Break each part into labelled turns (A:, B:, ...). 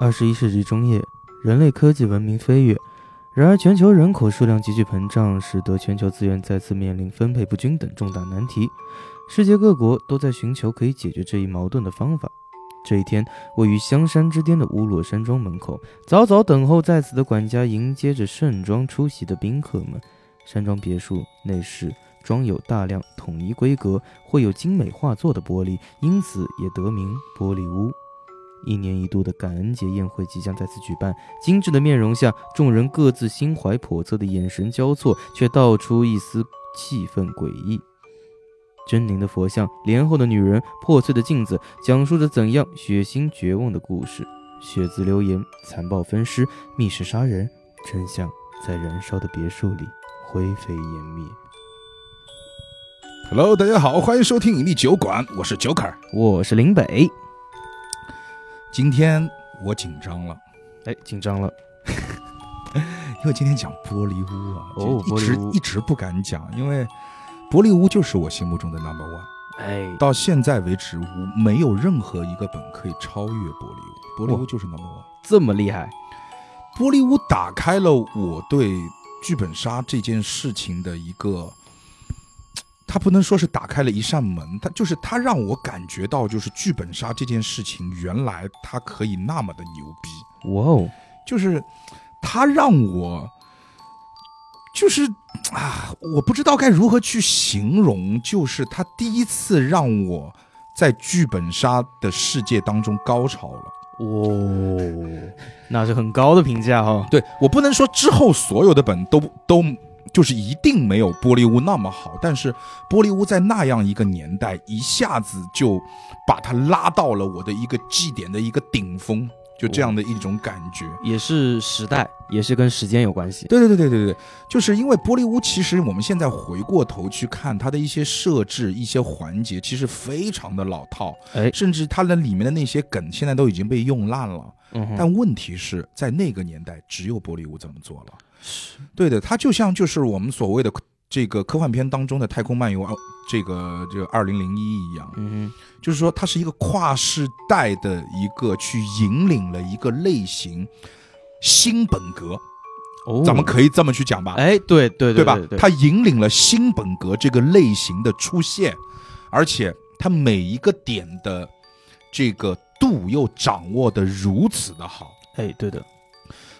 A: 二十一世纪中叶，人类科技文明飞跃，然而全球人口数量急剧膨胀，使得全球资源再次面临分配不均等重大难题。世界各国都在寻求可以解决这一矛盾的方法。这一天，位于香山之巅的乌洛山庄门口，早早等候在此的管家迎接着盛装出席的宾客们。山庄别墅内饰装有大量统一规格、绘有精美画作的玻璃，因此也得名“玻璃屋”。一年一度的感恩节宴会即将再次举办，精致的面容下，众人各自心怀叵测的眼神交错，却道出一丝气氛诡异。狰狞的佛像、莲后的女人、破碎的镜子，讲述着怎样血腥绝望的故事，血渍流言、残暴分尸、密室杀人，真相在燃烧的别墅里灰飞烟灭。
B: Hello，大家好，欢迎收听引力酒馆，我是九坎儿。
A: 我是林北，
B: 今天我紧张了，
A: 哎，紧张了，
B: 因为今天讲玻璃屋啊，
A: 哦
B: 就一直
A: 玻璃屋
B: 一直不敢讲，因为玻璃屋就是我心目中的 number one。
A: 哎，
B: 到现在为止，我没有任何一个本可以超越玻璃屋，玻璃
A: 哇
B: 屋就是 number one。
A: 这么厉害，
B: 玻璃屋打开了我对剧本杀这件事情的一个，它不能说是打开了一扇门，它就是它让我感觉到，就是剧本杀这件事情原来它可以那么的牛逼，
A: 哇哦，
B: 就是它让我，就是啊，我不知道该如何去形容，就是它第一次让我在剧本杀的世界当中高潮了。
A: 哦，那是很高的评价哈、
B: 对我不能说之后所有的本都都就是一定没有玻璃屋那么好，但是玻璃屋在那样一个年代，一下子就把它拉到了我的一个绩点的一个顶峰，就这样的一种感觉。
A: 也是时代，也是跟时间有关系。
B: 对对对对对对，就是因为玻璃屋，其实我们现在回过头去看它的一些设置、一些环节，其实非常的老套，
A: 哎，
B: 甚至它的里面的那些梗现在都已经被用烂了。
A: 嗯哼，
B: 但问题是在那个年代，只有玻璃屋这么做了。对的，它就像就是我们所谓的这个科幻片当中的《太空漫游》啊，这个这个二零零一一样，
A: 嗯
B: 就是说它是一个跨世代的一个去引领了一个类型新本格，
A: 哼，哦，
B: 咱们可以这么去讲吧，
A: 哎，对对
B: 对
A: 吧
B: 吧？？
A: 对
B: 它引领了新本格这个类型的出现，而且它每一个点的这个度又掌握的如此的好。
A: 哎，对的，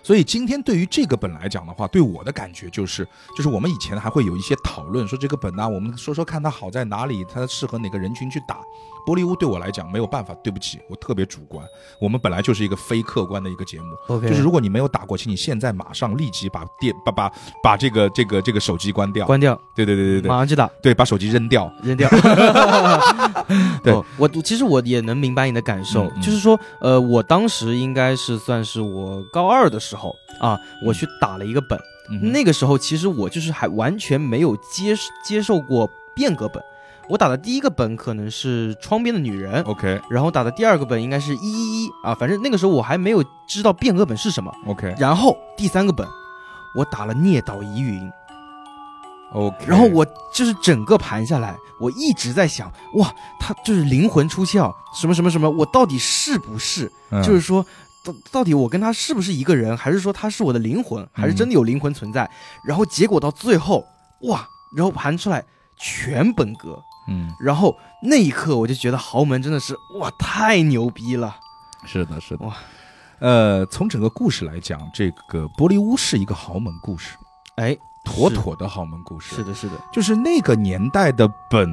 B: 所以今天对于这个本来讲的话，对我的感觉就是，就是我们以前还会有一些讨论，说这个本呢、啊我们说说看它好在哪里，它适合哪个人群去打。玻璃屋对我来讲没有办法，对不起，我特别主观。我们本来就是一个非客观的一个节目，
A: OK，
B: 就是如果你没有打过，请你现在马上立即把电把把把这个这个这个手机关掉。
A: 关掉，
B: 对对对对
A: 马
B: 对
A: 上就打，
B: 对，把手机扔掉。
A: 扔掉。
B: 对
A: 哦我其实我也能明白你的感受，
B: 嗯嗯
A: 就是说，呃，我当时应该是算是我高二的时候啊，我去打了一个本，
B: 嗯
A: 那个时候其实我就是还完全没有接接受过变革本，我打的第一个本可能是《窗边的女人》。
B: OK
A: 然后打的第二个本应该是一一一啊，反正那个时候我还没有知道变革本是什么。
B: OK
A: 然后第三个本，我打了聂岛疑云，
B: OK，
A: 然后我就是整个盘下来，我一直在想，哇，他就是灵魂出窍，什么什么什么，我到底是不是？
B: 嗯
A: 就是说，到到底我跟他是不是一个人，还是说他是我的灵魂，还是真的有灵魂存在？然后结果到最后，哇，然后盘出来全本格，
B: 嗯，
A: 然后那一刻我就觉得豪门真的是哇，太牛逼了，
B: 是的，是的
A: 哇。
B: 呃，从整个故事来讲，这个玻璃屋是一个豪门故事，
A: 哎，
B: 妥
A: 是
B: 妥的豪门故事。
A: 是的，是的，
B: 就是那个年代的本，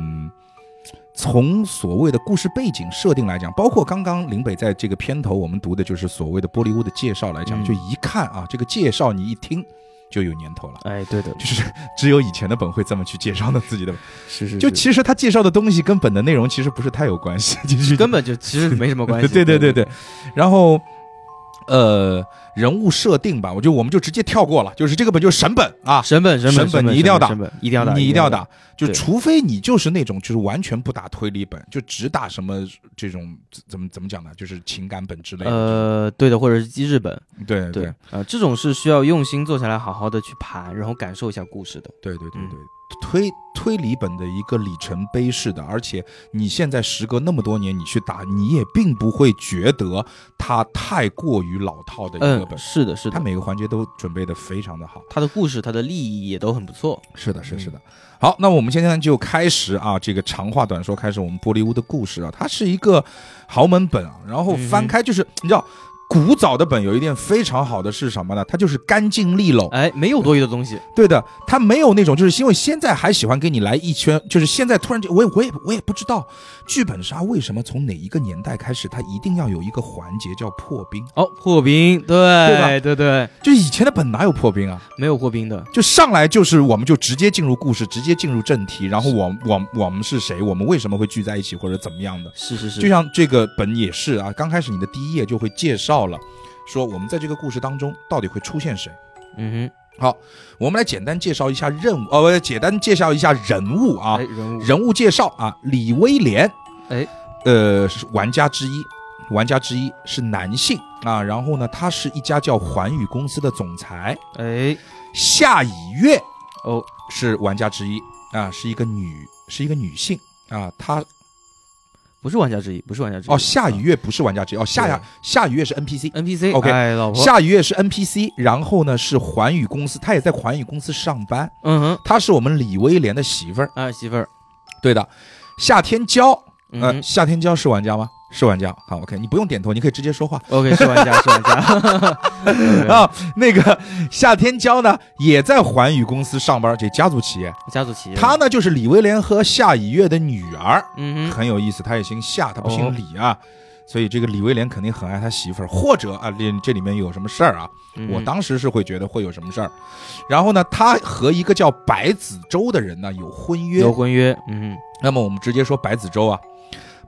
B: 从所谓的故事背景设定来讲，包括刚刚林北在这个片头我们读的就是所谓的玻璃屋的介绍来讲，
A: 嗯
B: 就一看啊，这个介绍你一听就有年头了。
A: 哎，对的，
B: 就是 只有以前的本会这么去介绍的自己的本，
A: 是是
B: 就其实他介绍的东西跟本的内容其实不是太有关系，就是
A: 根本就其实没什么关 系，
B: 对对对对，然后，呃，人物设定吧，我就我们就直接跳过了，就是这个本就是神本啊，
A: 神本神
B: 神
A: 本
B: 本你一定要打
A: 神本一定要打，
B: 你一定要打，，就
A: 对
B: 除非你就是那种就是完全不打推理本，就只打什么这种怎么怎么讲呢，就是情感本之类的。
A: 呃，对的，或者是记日本，呃
B: 对对
A: 对，啊、这种是需要用心坐下来好好的去盘，然后感受一下故事的。
B: 对对对对
A: 嗯
B: 对，推推理本的一个里程碑式的，而且你现在时隔那么多年，你去打，你也并不会觉得它太过于老套的一个
A: 嗯，
B: 本。
A: 是的，是
B: 它
A: 的，
B: 每个环节都准备的非常的好。
A: 他的故事、他的利益也都很不错。
B: 是的，是
A: 嗯
B: 是的。好，那我们现在就开始啊，这个长话短说，开始我们玻璃屋的故事啊。它是一个豪门本啊，然后翻开就是、你知道，古早的本有一点非常好的是什么呢？它就是干净利落。
A: 哎，没有多余的东西，
B: 对的，它没有那种就是因为现在还喜欢给你来一圈，就是现在突然就我也我也我也不知道剧本杀为什么从哪一个年代开始，它一定要有一个环节叫破冰，
A: 哦，破冰，对
B: 吧
A: 对对对，
B: 就以前的本哪有破冰啊？
A: 没有破冰的，
B: 就上来就是我们就直接进入故事，直接进入正题，然后我我我们是谁，我们为什么会聚在一起或者怎么样的？
A: 是是是，
B: 就像这个本也是啊，刚开始你的第一页就会介绍了，说我们在这个故事当中到底会出现谁。
A: 嗯
B: 我们来简单介绍一下任务，呃，不简单介绍一下人物啊
A: 哼，哎，。人物
B: 人物介绍啊，李威廉，
A: 哎，
B: 呃，是玩家之一，玩家之一是男性啊。然后呢，他是一家叫环宇公司的总裁。
A: 哎
B: 夏以月
A: 哦，
B: 是玩家之一啊，是一个女，是一个女性啊。她
A: 不是玩家之一，不是玩家之一，嗯
B: 哦，夏以月不是玩家之一哦，夏夏夏以月是 NPC。
A: NPC
B: OK，
A: 哎，老婆，
B: 夏雨月是 NPC，然后呢是环宇公司，她也在环宇公司上班，
A: 嗯哼，
B: 她是我们李威廉的媳妇儿。
A: 儿媳妇儿，
B: 对的，夏天娇，
A: 嗯
B: 呃，
A: 哼
B: 夏天娇是玩家吗？是玩家。好，OK，你不用点头，你可以直接说话。
A: ，OK，是玩家， 是玩家，
B: 啊，那个夏天娇呢，也在环宇公司上班，这家族企业。
A: 家族企业，
B: 她，呢，就是李威廉和夏以月的女儿，
A: 嗯哼，
B: 很有意思。她也姓夏，她不
A: 哦
B: 姓李啊，所以这个李威廉肯定很爱他媳妇儿，或者啊，这这里面有什么事儿啊？
A: 嗯
B: 我
A: 哼
B: 当时是会觉得会有什么事儿。然后呢，她和一个叫白子周的人呢有婚约
A: 有。婚约，嗯
B: 那么我们直接说白子周啊，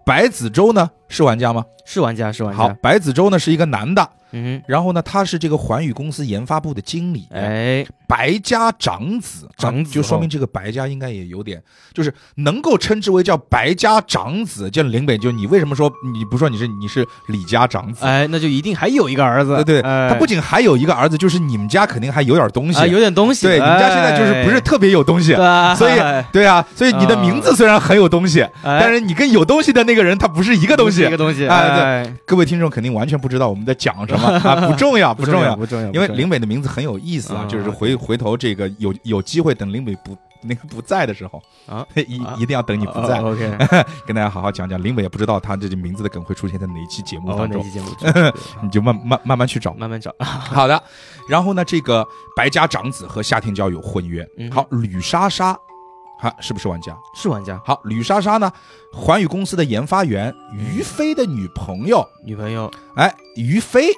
B: 白子周呢是玩家吗？
A: 哼，是玩家，是玩
B: 好
A: 家，，
B: 白子周呢是一个男的，
A: 嗯
B: 然后呢，他是这个环宇公司研发部的经理，
A: 哼，哎，
B: 白家长子，
A: 长子哦
B: 啊就说明这个白家应该也有点，就是能够称之为叫白家长子。这林北，就你为什么说你不说你是你是李家长子？
A: 哎，那就一定还有一个儿子，
B: 对对，
A: 哎
B: 他不仅还有一个儿子，就是你们家肯定还有点东西。
A: 啊，有点东西，
B: 对，你们家现在就是不是特别有东西。
A: 哎，
B: 所以
A: 哎
B: 对啊，所以你的名字虽然很有东西，
A: 啊
B: 但是你跟有东西的那个人他不是一
A: 一
B: 个东西
A: 哎一。个东西，
B: 哎
A: 哎，
B: 各位听众肯定完全不知道我们在讲什么啊，不重要，不重要，
A: 不重要，
B: 因为
A: 啊不重要
B: 林北的名字很有意思啊，
A: 啊
B: 就是回回头这个有有机会等林北不那个不在的时候
A: 啊，
B: 一
A: 啊
B: 一定要等你不在，
A: 哦，OK，
B: 跟大家好好讲讲。林北也不知道他这名字的梗会出现在哪一期节目
A: 我
B: 当
A: 哪
B: 中
A: 期，节目知道？
B: 你就慢慢慢慢去找。
A: 慢慢找，啊
B: 好的，然后呢，这个白家长子和夏天娇有婚约。
A: 嗯
B: 好，吕莎莎，哈，是不是玩家？
A: 是玩家，
B: 好，吕莎莎呢，环宇公司的研发员于飞的女朋友，
A: 女朋友，
B: 哎，于飞，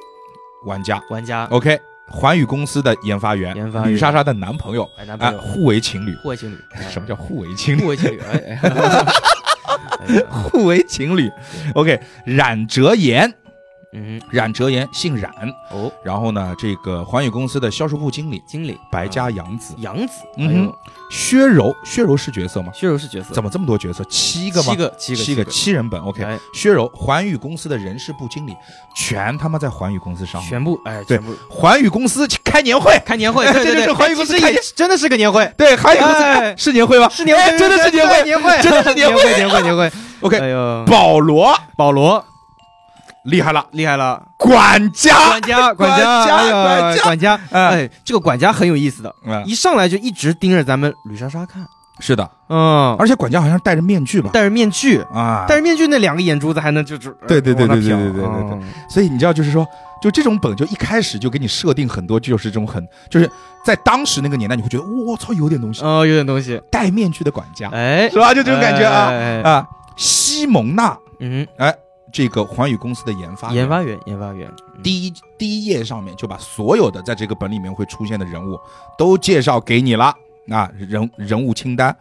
B: 玩家
A: 玩家，
B: 啊，OK，环宇公司的研发员，
A: 研发员
B: 吕莎莎的男朋友，
A: 哎，男
B: 哎
A: 朋，友，
B: 互为情侣。
A: 互为情侣，哎
B: 什么叫互为情侣？
A: 互为情侣？哎，哎哎呀
B: 互为情侣，OK，冉哲言，
A: 嗯哼，
B: 冉哲言姓冉，
A: 哦，
B: 然后呢，这个环宇公司的销售部经理
A: 经理，
B: 白家
A: 啊
B: 杨子，
A: 杨子，
B: 嗯
A: 哎呦，
B: 薛柔，薛柔是角色吗？
A: 薛柔是角色，
B: 怎
A: 么
B: 么这么多角色？七
A: 七
B: 个吗？
A: 个，七个，
B: 嗯七个
A: 个
B: 七人本，OK。
A: 哎，
B: 薛柔，环宇公司的人事部经理，全他妈在环宇公司上班。
A: 全部，哎，
B: 对
A: 全部
B: 环宇公司开年会，
A: 开年会，
B: 哎
A: 对对
B: 这
A: 对，
B: 就是环宇
A: 哎
B: 公司
A: 其实
B: 开
A: 也真的是个年会，
B: 对，环宇公司、
A: 哎
B: 是年会吧？
A: 是年
B: 哎
A: 会，
B: 真的是年会。
A: 年会，哎
B: 真的是年
A: 年
B: 会
A: 会，年会，年会。哎
B: OK，
A: 呦，
B: 保罗
A: 保罗
B: 厉害了，
A: 厉害了，
B: 管家，
A: 管家， 管
B: 管家
A: 哎呦
B: 管家
A: 管家，
B: 嗯
A: 哎，这个管家很有意思的，
B: 嗯，
A: 一上来就一直盯着咱们吕莎莎看，
B: 是的，
A: 嗯，
B: 而且管家好像戴着面具吧？
A: 戴着面具，
B: 啊，
A: 戴着面具那两个眼珠子还能就是，
B: 对对对
A: 往那
B: 对对
A: 瞟
B: 对对对对，
A: 嗯
B: 所以你知道，就是说，就这种本就一开始就给你设定很多，就是这种很，就是在当时那个年代，你会觉得我操有点东西，
A: 哦，有点东西，
B: 戴面具的管家
A: 哎，
B: 是吧？啊就这种感觉啊
A: 哎，
B: 啊，西蒙娜
A: 嗯，
B: 这个环宇公司的研发员
A: 研发员，研发员，嗯
B: 第一第一页上面就把所有的在这个本里面会出现的人物都介绍给你了啊，人人物清单。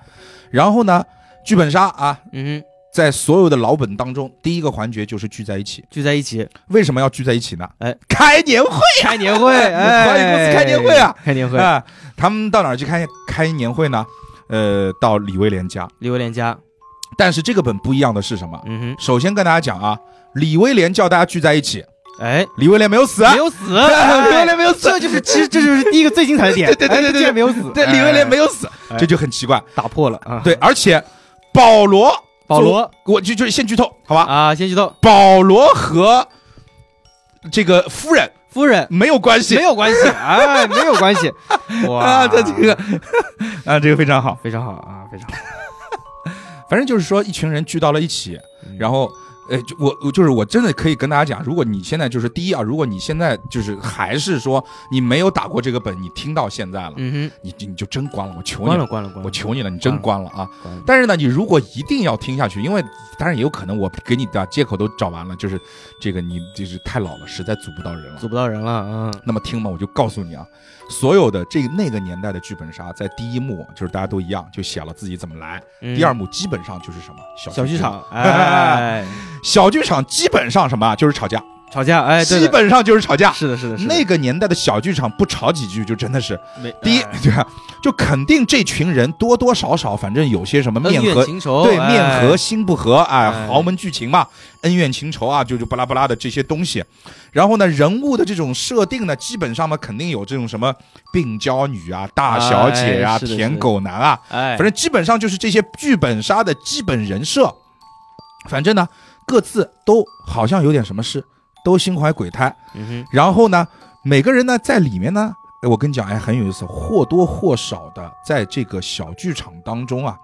B: 然后呢，剧本杀啊，
A: 嗯哼，
B: 在所有的老本当中，第一个环节就是聚在一起。
A: 聚在一起
B: 为什么要聚在一起呢？
A: 哎，
B: 开年会
A: 开年会，哎，
B: 管理公司开年会啊，
A: 开年会，
B: 啊！他们到哪儿去开开年会呢？呃，到李威廉家。
A: 李威廉家，
B: 但是这个本不一样的是什么？
A: 嗯哼，
B: 首先跟大家讲啊，李威廉叫大家聚在一起，
A: 哎，
B: 李威廉没有死，啊
A: 没有 死，
B: 李威
A: 哎
B: 廉没有死，
A: 这就是其实这就是第一个最精彩的点，
B: 对对对
A: 哎
B: 对对
A: 竟然没有死，
B: 对，李威廉没
A: 有
B: 有死，
A: 哎
B: 这就很奇怪。
A: 打破了啊，
B: 对，而且保罗，
A: 保罗
B: 我就就是先剧透，好吧？
A: 啊，先去到
B: 保罗和这个夫人
A: 夫人
B: 没有关系，
A: 没有关系，哎，没有关 系，哇，
B: 啊，这这个 啊，这个非常好。
A: 非常好啊，非常好，
B: 反正就是说，一群人聚到了一起，然
A: 后
B: 后。呃，就我我就是我真的可以跟大家讲，如果你现在就是第一啊，如果你现在就是还是说你没有打过这个本，你听到现在了，
A: 嗯
B: 你你就真关了，我
A: 哼，
B: 求你
A: 关了关了关了，
B: 我求你了，你真关了啊！
A: 关了
B: 但是呢，你如果一定要听下去，因为当然也有可能我给你的借口都找完了，就是这个你就是太老了，实在组不到人了。
A: 组不到人了，嗯，
B: 那么听嘛，我就告诉你啊，所有的这那个年代的剧本杀，在第一幕就是大家都一样，就写了自己怎么来；
A: 嗯
B: 第二幕基本上就是什么小
A: 小剧
B: 剧，
A: 场， 哎，
B: 小剧场基本上什么啊就是吵架，
A: 吵架，哎，对
B: 基
A: 的，
B: 本上就是吵架。
A: 是的是的是的，
B: 那个年代的小剧场不吵几句就真的是
A: 没
B: 第一
A: 哎，
B: 对吧？就肯定这群人多多少少，反正有些什么
A: 恩
B: 面
A: 怨
B: 和
A: 情仇，
B: 对，
A: 哎
B: 面和心不和，哎，
A: 哎
B: 豪门剧情嘛，恩怨情仇啊，就就巴拉巴拉的这些东西。然后呢，人物的这种设定呢，基本上嘛，肯定有这种什么病娇女啊、大小姐啊、
A: 哎是的
B: 舔
A: 是的
B: 狗男啊，
A: 哎，
B: 反正基本上就是这些剧本杀的基本人设。反正呢，各自都好像有点什么事，都心怀鬼胎。
A: 嗯哼，
B: 然后呢，每个人呢在里面呢，哎我跟你讲，哎，很有意思，或多或少的在这个小剧场当中啊，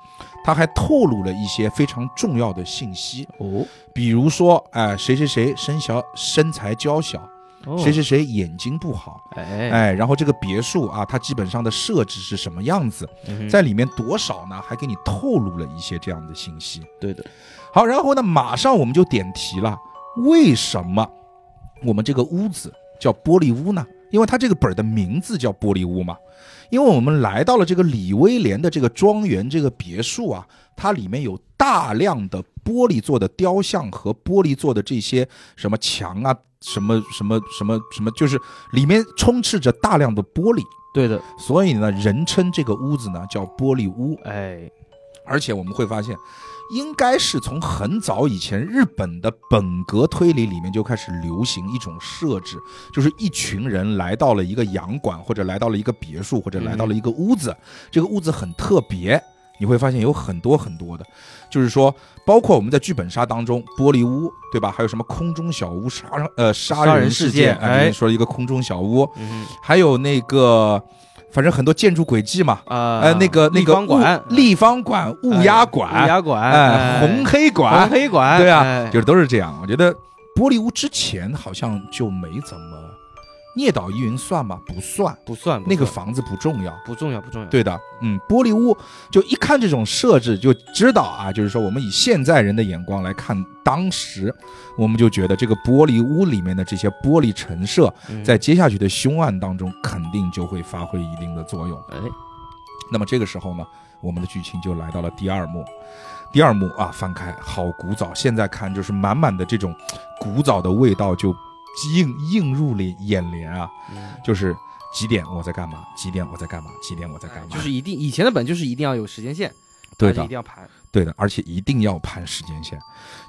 B: 他还透露了一些非常重要的信息，
A: 哦
B: 比如说，哎、谁谁谁身小身材娇小，
A: 哦，
B: 谁谁谁眼睛不好。
A: 哎
B: 哎，然后这个别墅啊，它基本上的设置是什么样子，
A: 嗯哼
B: 在里面多少呢？还给你透露了一些这样的信息。
A: 对的，
B: 好，然后呢，马上我们就点题了。为什么我们这个屋子叫玻璃屋呢？因为它这个本儿的名字叫玻璃屋嘛。因为我们来到了这个李威廉的这个庄园，这个别墅啊，它里面有大量的玻璃做的雕像和玻璃做的这些什么墙啊，什么什么什么什么，就是里面充斥着大量的玻璃，
A: 对的，
B: 所以呢，人称这个屋子呢叫玻璃屋。
A: 哎，
B: 而且我们会发现，应该是从很早以前日本的本格推理里面就开始流行一种设置，就是一群人来到了一个洋馆，或者来到了一个别墅，或者来到了一个屋子，
A: 嗯
B: 这个屋子很特别。你会发现有很多很多的，就是说，包括我们在剧本杀当中，玻璃屋，对吧？还有什么空中小屋杀人呃杀
A: 杀
B: 人
A: 人
B: 事
A: 事
B: 件，
A: 件
B: 哎，比
A: 哎
B: 如说一个空中小屋，
A: 嗯哼
B: 还有那个，反正很多建筑轨迹嘛，
A: 啊，
B: 呃，那个那
A: 立
B: 个
A: 方馆
B: 物立方馆、
A: 哎
B: 乌鸦
A: 乌
B: 馆、
A: 鸦馆，
B: 哎，红黑
A: 红
B: 馆，
A: 黑馆，
B: 对啊，
A: 哎
B: 就是都是这样。我觉得玻璃屋之前好像就没怎么聂岛疑云算吗？不算，
A: 不算不
B: 那个
A: 算
B: 房子不重要。
A: 不重要不重要，
B: 对的，嗯，玻璃屋就一看这种设置就知道啊，就是说我们以现在人的眼光来看，当时我们就觉得这个玻璃屋里面的这些玻璃陈设，
A: 嗯
B: 在接下去的凶案当中肯定就会发挥一定的作用。
A: 哎
B: 那么这个时候呢，我们的剧情就来到了第二幕。第二幕啊，翻开好古早，现在看就是满满的这种古早的味道就映映入脸眼帘啊。
A: 嗯
B: 就是几点我在干嘛？几点我在干嘛？几点我在干嘛？
A: 哎就是一定以前的本就是一定要有时间线，
B: 对
A: 而且一
B: 的，
A: 定要盘，
B: 对的，而且一定要盘时间线。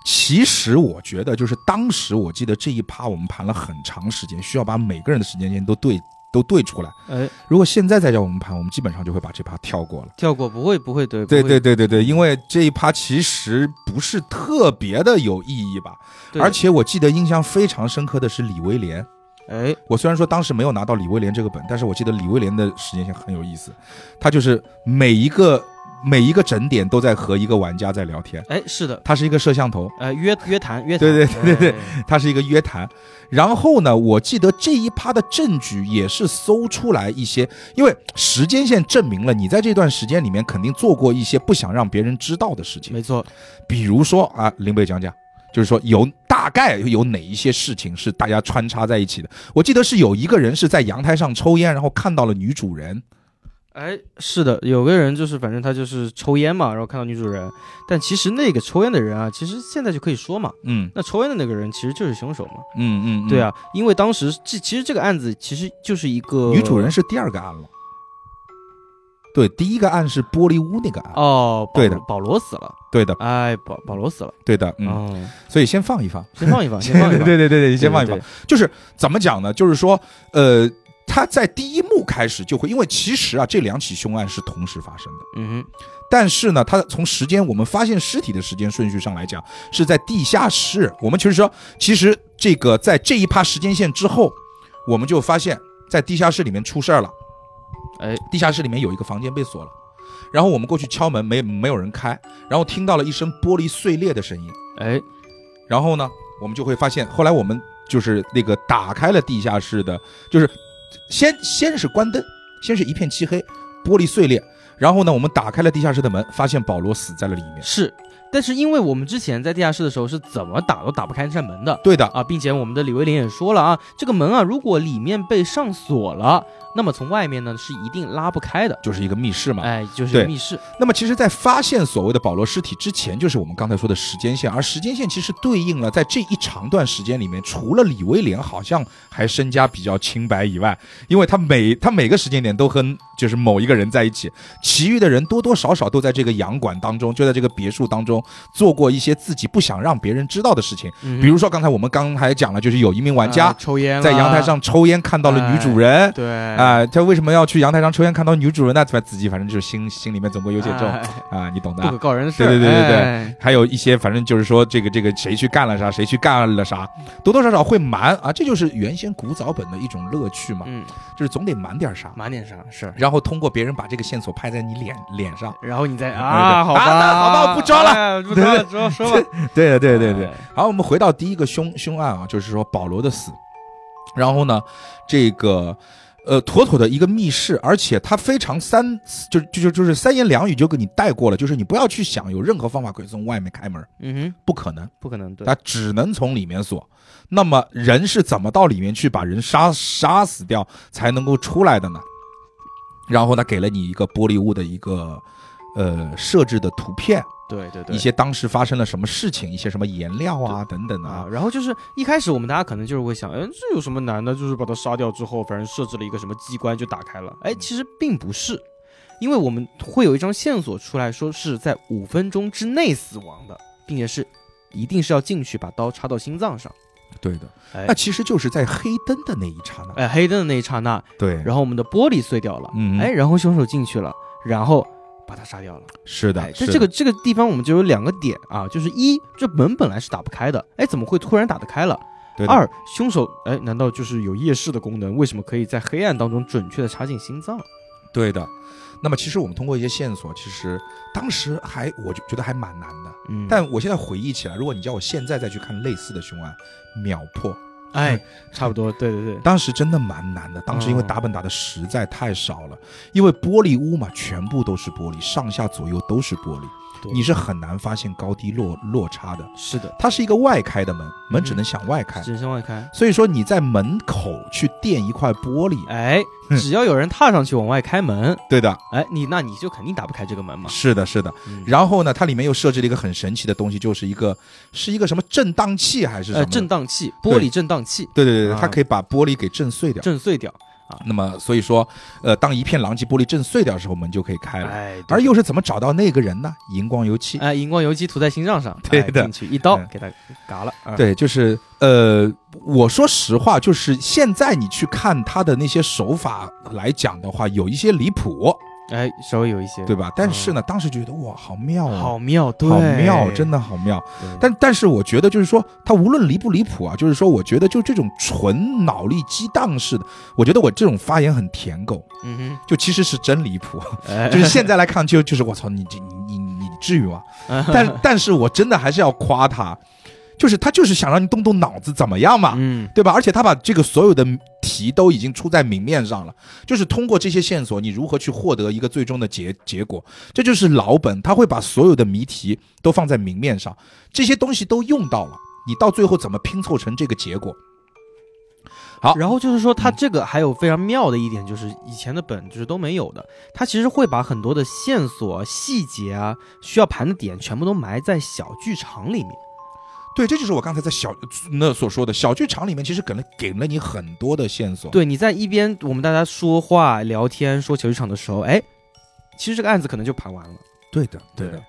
B: 其实我觉得，就是当时我记得这一趴我们盘了很长时间，需要把每个人的时间线都对都对出来。
A: 哎，
B: 如果现在再叫我们盘，我们基本上就会把这趴跳过了。
A: 跳过不会不会对
B: 对
A: 不会
B: 对对对对，因为这一趴其实不是特别的有意义吧，
A: 对
B: 而且我记得印象非常深刻的是李威廉。
A: 哎
B: 我虽然说当时没有拿到李威廉这个本，但是我记得李威廉的时间线很有意思，他就是每一个每一个整点都在和一个玩家在聊天，
A: 哎是的，
B: 他是一个摄像头，
A: 呃约约谈约谈，
B: 对对对对
A: 哎，
B: 他是一个约谈。然后呢，我记得这一趴的证据也是搜出来一些，因为时间线证明了你在这段时间里面肯定做过一些不想让别人知道的事情。
A: 没错，
B: 比如说啊，林北讲讲，就是说有大概有哪一些事情是大家穿插在一起的。我记得是有一个人是在阳台上抽烟，然后看到了女主人，
A: 哎，是的，有个人就是，反正他就是抽烟嘛，然后看到女主人，但其实那个抽烟的人啊，其实现在就可以说嘛，
B: 嗯
A: 那抽烟的那个人其实就是凶手嘛，
B: 嗯嗯，
A: 对，啊，因为当时这其实这个案子其实就是一个
B: 女主人是第二个案了，对，第一个案是玻璃屋那个案，
A: 哦，保
B: 对的
A: 保罗死了，
B: 对的，
A: 哎，保保罗死了，
B: 对的，嗯，
A: 哦，
B: 所以先放一放，
A: 先放一放，先
B: 对
A: 放一
B: 对
A: 放，
B: 对对对，你
A: 对，
B: 先放一放
A: 对，，
B: 就是怎么讲呢？就是说，呃，他在第一幕开始就会，因为其实啊，这两起凶案是同时发生的，
A: 嗯哼，
B: 但是呢，它从时间我们发现尸体的时间顺序上来讲，是在地下室。我们就是说，其实这个在这一趴时间线之后，我们就发现，在地下室里面出事儿了。
A: 哎，
B: 地下室里面有一个房间被锁了，然后我们过去敲门，没没有人开，然后听到了一声玻璃碎裂的声音。
A: 哎，
B: 然后呢，我们就会发现，后来我们就是那个打开了地下室的，就是先先是关灯，先是一片漆黑，玻璃碎裂。然后呢，我们打开了地下室的门，发现保罗死在了里面。
A: 是，但是因为我们之前在地下室的时候是怎么打都打不开那扇门的
B: 对的，
A: 啊，并且我们的李威廉也说了啊，这个门啊，如果里面被上锁了，那么从外面呢是一定拉不开的，
B: 就是一个密室嘛。
A: 哎，就是
B: 对
A: 密室，
B: 那么，其实，在发现所谓的保罗尸体之前，就是我们刚才说的时间线，而时间线其实对应了在这一长段时间里面，除了李威廉好像还身家比较清白以外，因为他每他每个时间点都和就是某一个人在一起，其余的人多多少少都在这个洋馆当中，就在这个别墅当中做过一些自己不想让别人知道的事情，
A: 嗯哼
B: 比如说刚才我们刚才讲了，就是有一名玩
A: 啊
B: 家
A: 抽烟
B: 在阳
A: 啦，
B: 台上抽烟，看到了女主人。
A: 对，
B: 啊、他为什么要去阳台上抽烟？看到女主人呢？反自己反正就是心心里面总归有些这种
A: 哎
B: 啊，你懂的
A: 不
B: 啊、
A: 可告人的事儿，
B: 对对对对对
A: 哎
B: 还有一些，反正就是说这个这个谁去干了啥，谁去干了啥，多多少少会瞒啊，这就是原先古早本的一种乐趣嘛，
A: 嗯，
B: 就是总得瞒点啥，
A: 满点啥是。
B: 然后通过别人把这个线索拍在你脸脸上。
A: 然后你再
B: 啊
A: 啊，好
B: 好吧
A: 吧，
B: 哎不招了
A: 了，不招了， 主要说吧，
B: 对的，对的，对的。
A: 哎，
B: 啊好，我们回到第一个凶凶案啊，就是说保罗的死，然后呢，这个。呃，妥妥的一个密室，而且他非常三，就就就就是三言两语就给你带过了，就是你不要去想有任何方法可以从外面开门，
A: 嗯哼，
B: 不可能。
A: 不可能对
B: 他，只能从里面锁。那么人是怎么到里面去把人杀杀死掉才能够出来的呢？然后他给了你一个玻璃屋的一个呃设置的图片，
A: 对对对，
B: 一些当时发生了什么事情，一些什么颜料啊等等的
A: 啊
B: 啊，。
A: 然后就是一开始我们大家可能就是会想，嗯，这有什么难的？就是把它杀掉之后，反正设置了一个什么机关就打开了。
B: 嗯
A: 哎，其实并不是，因为我们会有一张线索出来说是在五分钟之内死亡的，并且是一定是要进去把刀插到心脏上。
B: 对的，
A: 哎
B: 那其实就是在黑灯的那一刹那。
A: 哎，黑灯的那一刹那，
B: 啊对，
A: 然后我们的玻璃碎掉了，
B: 嗯
A: 哎，然后凶手进去了，然后把他杀掉了。
B: 是
A: 哎
B: 的，
A: 这
B: 是
A: 这个
B: 的
A: 这个地方我们就有两个点啊，就是一，这门本来是打不开的，哎，怎么会突然打得开了？
B: 对的
A: 二，凶手哎，难道就是有夜视的功能？为什么可以在黑暗当中准确的插进心脏？
B: 对的。那么其实我们通过一些线索，其实当时还我就觉得还蛮难的。
A: 嗯
B: 但我现在回忆起来，如果你叫我现在再去看类似的凶案，秒破。
A: 哎，差不多，对对对，
B: 当时真的蛮难的，当时因为
A: 哦
B: 打本打的实在太少了，因为玻璃屋嘛，全部都是玻璃，上下左右都是玻璃，
A: 对
B: 你是很难发现高低落落差的。
A: 是的，
B: 它是一个外开的门，
A: 嗯
B: 门只能向外开，
A: 只能向外开。
B: 所以说你在门口去垫一块玻璃，
A: 哎，只要有人踏上去往外开门，
B: 对的，
A: 哎，你那你就肯定打不开这个门嘛。
B: 是的，是的。
A: 嗯
B: 然后呢，它里面又设置了一个很神奇的东西，就是一个是一个什么震荡器还是什
A: 呃，
B: 么？
A: 震，荡器，
B: 对
A: 玻璃震荡器
B: 对对对，
A: 啊
B: 它可以把玻璃给震碎掉。
A: 震碎掉。
B: 那么所以说，呃，当一片狼藉玻璃震碎掉的时候，门就可以开了。
A: 哎，对
B: 而又是怎么找到那个人呢？荧光油漆。
A: 哎，荧光油漆涂在心脏上，
B: 对
A: 哎
B: 的
A: 进去一刀
B: 嗯
A: 给他嘎了。啊，
B: 对，就是呃，我说实话，就是现在你去看他的那些手法来讲的话，有一些离谱，
A: 哎，稍微有一些，
B: 对吧？但是呢，当时觉得哇，好妙啊，
A: 好妙，对，
B: 好妙，真
A: 的。
B: 的好妙。但但是我觉得就是说，他无论离不离谱啊，就是说，我觉得就这种纯脑力激荡式的，我觉得我这种发言很舔狗，
A: 嗯
B: 就其实是真离谱。
A: 哼， 哎
B: 就是现在来看就就是我操你这你你你至于吗？但但是我真的还是要夸他，就是他就是想让你动动脑子怎么样嘛，
A: 嗯，
B: 对吧？而且他把这个所有的题都已经出在明面上了，就是通过这些线索，你如何去获得一个最终的结结果，这就是老本，他会把所有的谜题都放在明面上，这些东西都用到了，你到最后怎么拼凑成这个结果？好
A: 然后就是说，它这个还有非常妙的一点，就是以前的本就是都没有的。它其实会把很多的线索、细节啊，需要盘的点，全部都埋在小剧场里面。
B: 对，这就是我刚才在小那所说的小剧场里面，其实给了给了你很多的线索。
A: 对，你在一边我们大家说话、聊天、说小剧场的时候，哎，其实这个案子可能就盘完了。
B: 对的，对的
A: 对，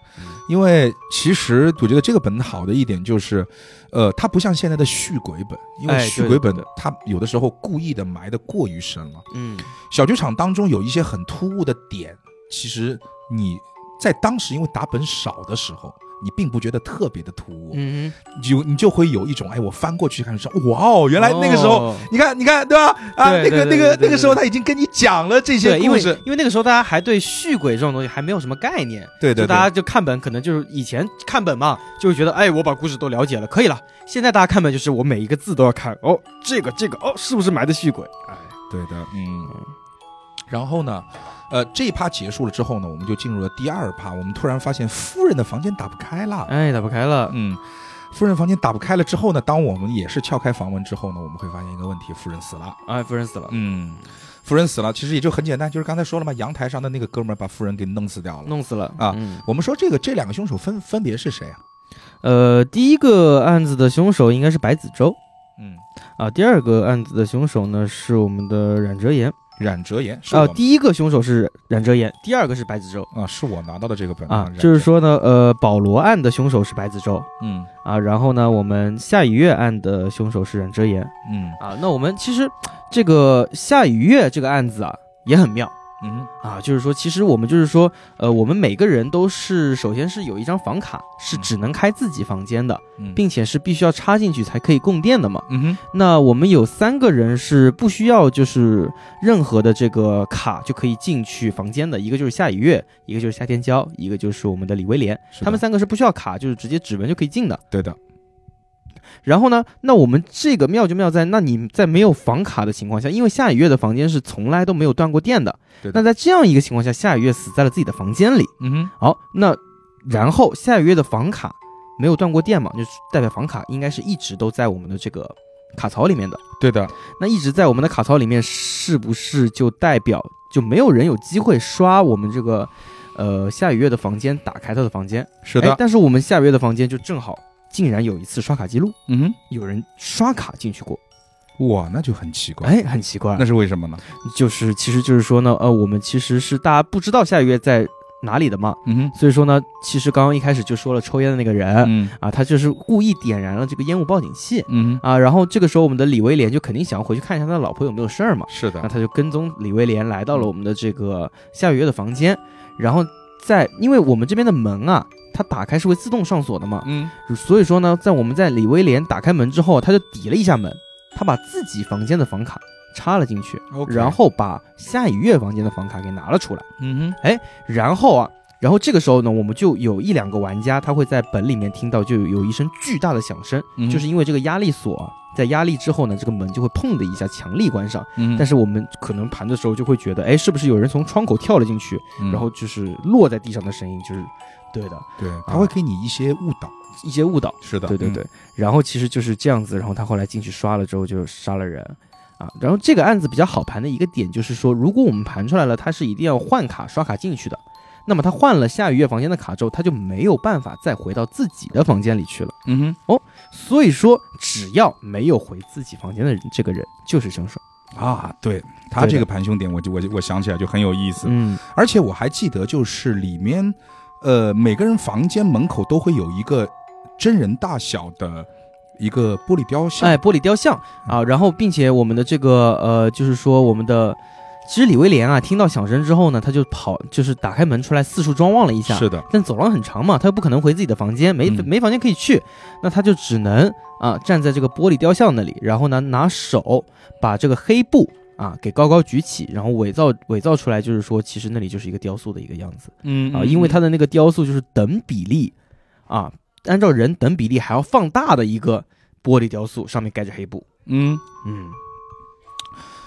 B: 因为其实我觉得这个本好的一点就是，呃，它不像现在的续鬼本，因为
A: 哎
B: 续
A: 对
B: 鬼
A: 的
B: 本
A: 对的
B: 它有的时候故意的埋的过于深了。
A: 嗯，
B: 小剧场当中有一些很突兀的点，其实你在当时因为打本少的时候，你并不觉得特别的突兀，
A: 嗯，
B: 有你就会有一种哎，我翻过去看说，哇哦，原来那个时候。
A: 哦
B: 你看，你看，对吧？啊，
A: 对对
B: 那个、那
A: 对
B: 个
A: 对、对
B: 那个时候他已经跟你讲了这些
A: 对，因
B: 故
A: 为
B: 事，
A: 因为那个时候大家还对续鬼这种东西还没有什么概念，
B: 对
A: 就
B: 对
A: 大家
B: 对
A: 就看本，可能就是以前看本嘛，就是觉得哎，我把故事都了解了，可以了。现在大家看本就是我每一个字都要看，哦，这个这个，哦，是不是埋的续鬼？哎，
B: 对的，嗯。然后呢，呃，这一趴结束了之后呢，我们就进入了第二趴。我们突然发现夫人的房间打不开了，
A: 哎，打不开了，
B: 嗯，夫人房间打不开了之后呢，当我们也是撬开房门之后呢，我们会发现一个问题：夫人死了。
A: 哎，夫人死了，
B: 嗯，夫人死了，其实也就很简单，就是刚才说了嘛，阳台上的那个哥们儿把夫人给弄死掉了。
A: 弄死了
B: 啊
A: 嗯
B: 我们说这个这两个凶手分分别是谁啊？
A: 呃，第一个案子的凶手应该是白子洲
B: 嗯，
A: 啊，第二个案子的凶手呢是我们的冉哲言
B: 冉哲言是我
A: 啊，
B: 们
A: 第一个凶手是冉哲言，第二个是白子洲
B: 啊，是我拿到的这个本
A: 啊
B: 冉，
A: 就是
B: 哲
A: 说呢，呃，保罗案的凶手是白子洲，
B: 嗯
A: 啊，然后呢，我们夏雨月案的凶手是冉哲言
B: 嗯
A: 啊。那我们其实这个夏雨月这个案子啊也很妙
B: 嗯
A: 啊，就是说，其实我们就是说，呃，我们每个人都是首先是有一张房卡，是
B: 嗯
A: 只能开自己房间的，
B: 嗯，
A: 并且是必须要插进去才可以供电的嘛。
B: 嗯哼
A: 那我们有三个人是不需要就是任何的这个卡就可以进去房间的，一个就是夏雨月，一个就是夏天娇，一个就是我们的李威廉，
B: 是的
A: 他们三个是不需要卡，就是直接指纹就可以进的。
B: 对的，
A: 然后呢，那我们这个妙就妙在，那你在没有房卡的情况下，因为夏雨月的房间是从来都没有断过电的。
B: 对的
A: 那在这样一个情况下，夏雨月死在了自己的房间里。
B: 嗯哼。
A: 好，那然后夏雨月的房卡没有断过电嘛，就是代表房卡应该是一直都在我们的这个卡槽里面的。
B: 对的，
A: 那一直在我们的卡槽里面，是不是就代表就没有人有机会刷我们这个呃夏雨月的房间，打开他的房间？
B: 是
A: 哎，但是我们夏雨月的房间就正好竟然有一次刷卡记录。
B: 嗯
A: 有人刷卡进去过，
B: 哼，哇，那就很奇怪，
A: 哎，很奇怪
B: 那，是为什么呢？
A: 就是其实就是说呢，呃，我们其实是大家不知道下个月在哪里的嘛，
B: 嗯
A: 所以说呢，其实刚刚一开始就说了抽烟的那个人、
B: 哼，嗯
A: 啊，他就是故意点燃了这个烟雾报警器
B: 嗯哼，
A: 啊，然后这个时候我们的李威廉就肯定想要回去看一下他的老婆有没有事儿嘛，
B: 是
A: 那
B: 的，
A: 他就跟踪李威廉来到了我们的这个夏雨月的房间，然后在因为我们这边的门啊，它打开是会自动上锁的嘛，
B: 嗯，
A: 所以说呢，在我们在李威廉打开门之后，他就抵了一下门，他把自己房间的房卡插了进去
B: OK
A: 然后把夏雨月房间的房卡给拿了出来。
B: 嗯
A: 然后啊，然后这个时候呢，我们就有一两个玩家，他会在本里面听到就有一声巨大的响声，
B: 嗯哼，
A: 就是，因为这个压力锁啊在压力之后呢，这个门就会砰的一下强力关上。
B: 嗯，
A: 但是我们可能盘的时候就会觉得，哎，是不是有人从窗口跳了进去，
B: 嗯
A: 然后就是落在地上的声音，就是对的，
B: 对，他会给你一些误导，
A: 一些误导。
B: 是的嗯
A: 对对对，，然后其实就是这样子，然后他后来进去刷了之后就杀了人啊。然后这个案子比较好盘的一个点就是说，如果我们盘出来了，他是一定要换卡刷卡进去的。那么他换了夏雨月房间的卡之后，他就没有办法再回到自己的房间里去了。
B: 嗯
A: 所以说，只要没有回自己房间的人，这个人就是凶手。
B: 哼，啊，对他
A: 对的
B: 这个盘凶点，我就我就我想起来就很有意思，
A: 嗯，
B: 而且我还记得就是里面，呃，每个人房间门口都会有一个真人大小的一个玻璃雕像，
A: 哎，玻璃雕像啊，
B: 嗯
A: 然后并且我们的这个呃，就是说我们的。其实李威廉啊，听到响声之后呢，他就跑，就是打开门出来四处张望了一下，
B: 是的，
A: 但走廊很长嘛，他又不可能回自己的房间，没
B: 嗯
A: 没房间可以去，那他就只能啊站在这个玻璃雕像那里，然后呢拿手把这个黑布啊给高高举起，然后伪造伪造出来，就是说其实那里就是一个雕塑的一个样子
B: 嗯
A: 啊，因为他
B: 的
A: 的那个雕塑就是等比例啊，按照人等比例还要放大的一个玻璃雕塑，上面盖着黑布，
B: 嗯。
A: 嗯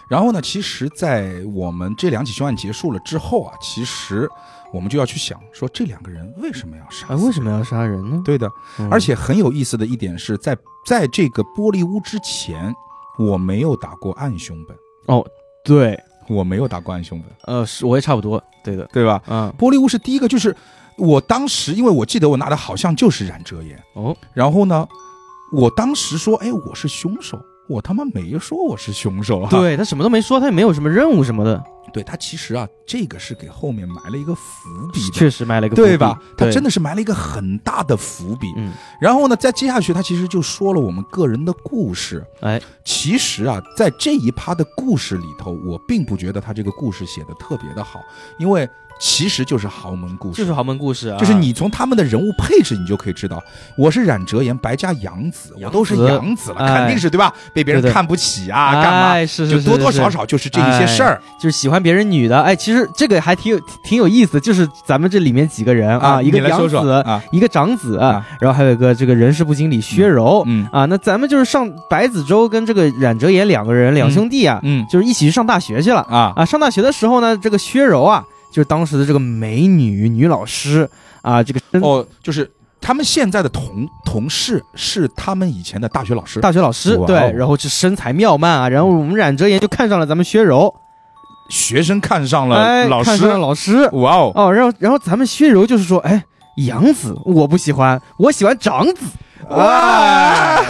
B: 然后呢，其实，在我们这两起凶案结束了之后啊，其实我们就要去想说，这两个人为什么要杀死
A: 啊，为什么要杀人呢？
B: 对的，
A: 嗯
B: 而且很有意思的一点是在在这个玻璃屋之前，我没有打过暗凶本，
A: 对，
B: 我没有打过暗凶 本，
A: 呃，是我也差不多，对的，
B: 对吧？
A: 嗯
B: 玻璃屋是第一个，就是我当时，因为我记得我拿的好像就是冉哲言，
A: 哦，
B: 然后呢，我当时说，哎，我是凶手，我他妈没说我是凶手、啊，
A: 对他什么都没说，他也没有什么任务什么的，
B: 对他其实啊，这个是给后面埋了一个伏笔的，
A: 确实埋了一个
B: 对吧？他真
A: 的，
B: 的是埋了一个很大的伏笔。
A: 嗯，
B: 然后呢，在接下去他其实就说了我们个人的故事。
A: 哎，
B: 其实啊，在这一趴的故事里头，我并不觉得他这个故事写的特别的好，因为其实就是豪门故事。
A: 就是豪门故事啊，
B: 就是你从他们的人物配置，你就可以知道，我是冉哲言，白家养子，我都是
A: 养子
B: 养子了，
A: 哎
B: 肯定是对吧？被别
A: 对
B: 人
A: 的
B: 看不起啊，干嘛？
A: 哎、是是
B: 就是多多少
A: 是哎
B: 少就是这一些事儿
A: 就是喜欢别人女的，哎，其实这个还挺有挺有意思，就是咱们这里面几个人啊，一个
B: 你来
A: 养
B: 说
A: 子，
B: 说啊，
A: 一个长子、
B: 啊
A: 然后还有一个这个人事部经理薛柔、
B: 嗯
A: 啊，那咱们就是上白子洲跟这个冉哲言两个人两兄弟啊，
B: 嗯
A: 就是一起去上大学去了
B: 啊，
A: 啊。上大学的时候呢，这个薛柔啊，就是当时的这个美女女老师啊，这个身
B: 哦，就是他们现在的同同事是他们以前的大学老师，
A: 大学老师、
B: 哇哦
A: 对，然后是身材妙曼啊，然后我们冉哲言就看上了咱们薛柔，
B: 学生看上了
A: 哎，
B: 老
A: 看
B: 师，
A: 上了老师，
B: 哇哦！
A: 哦，然后然后咱们薛柔就是说，哎，养子我不喜欢，我喜欢长子， 哇，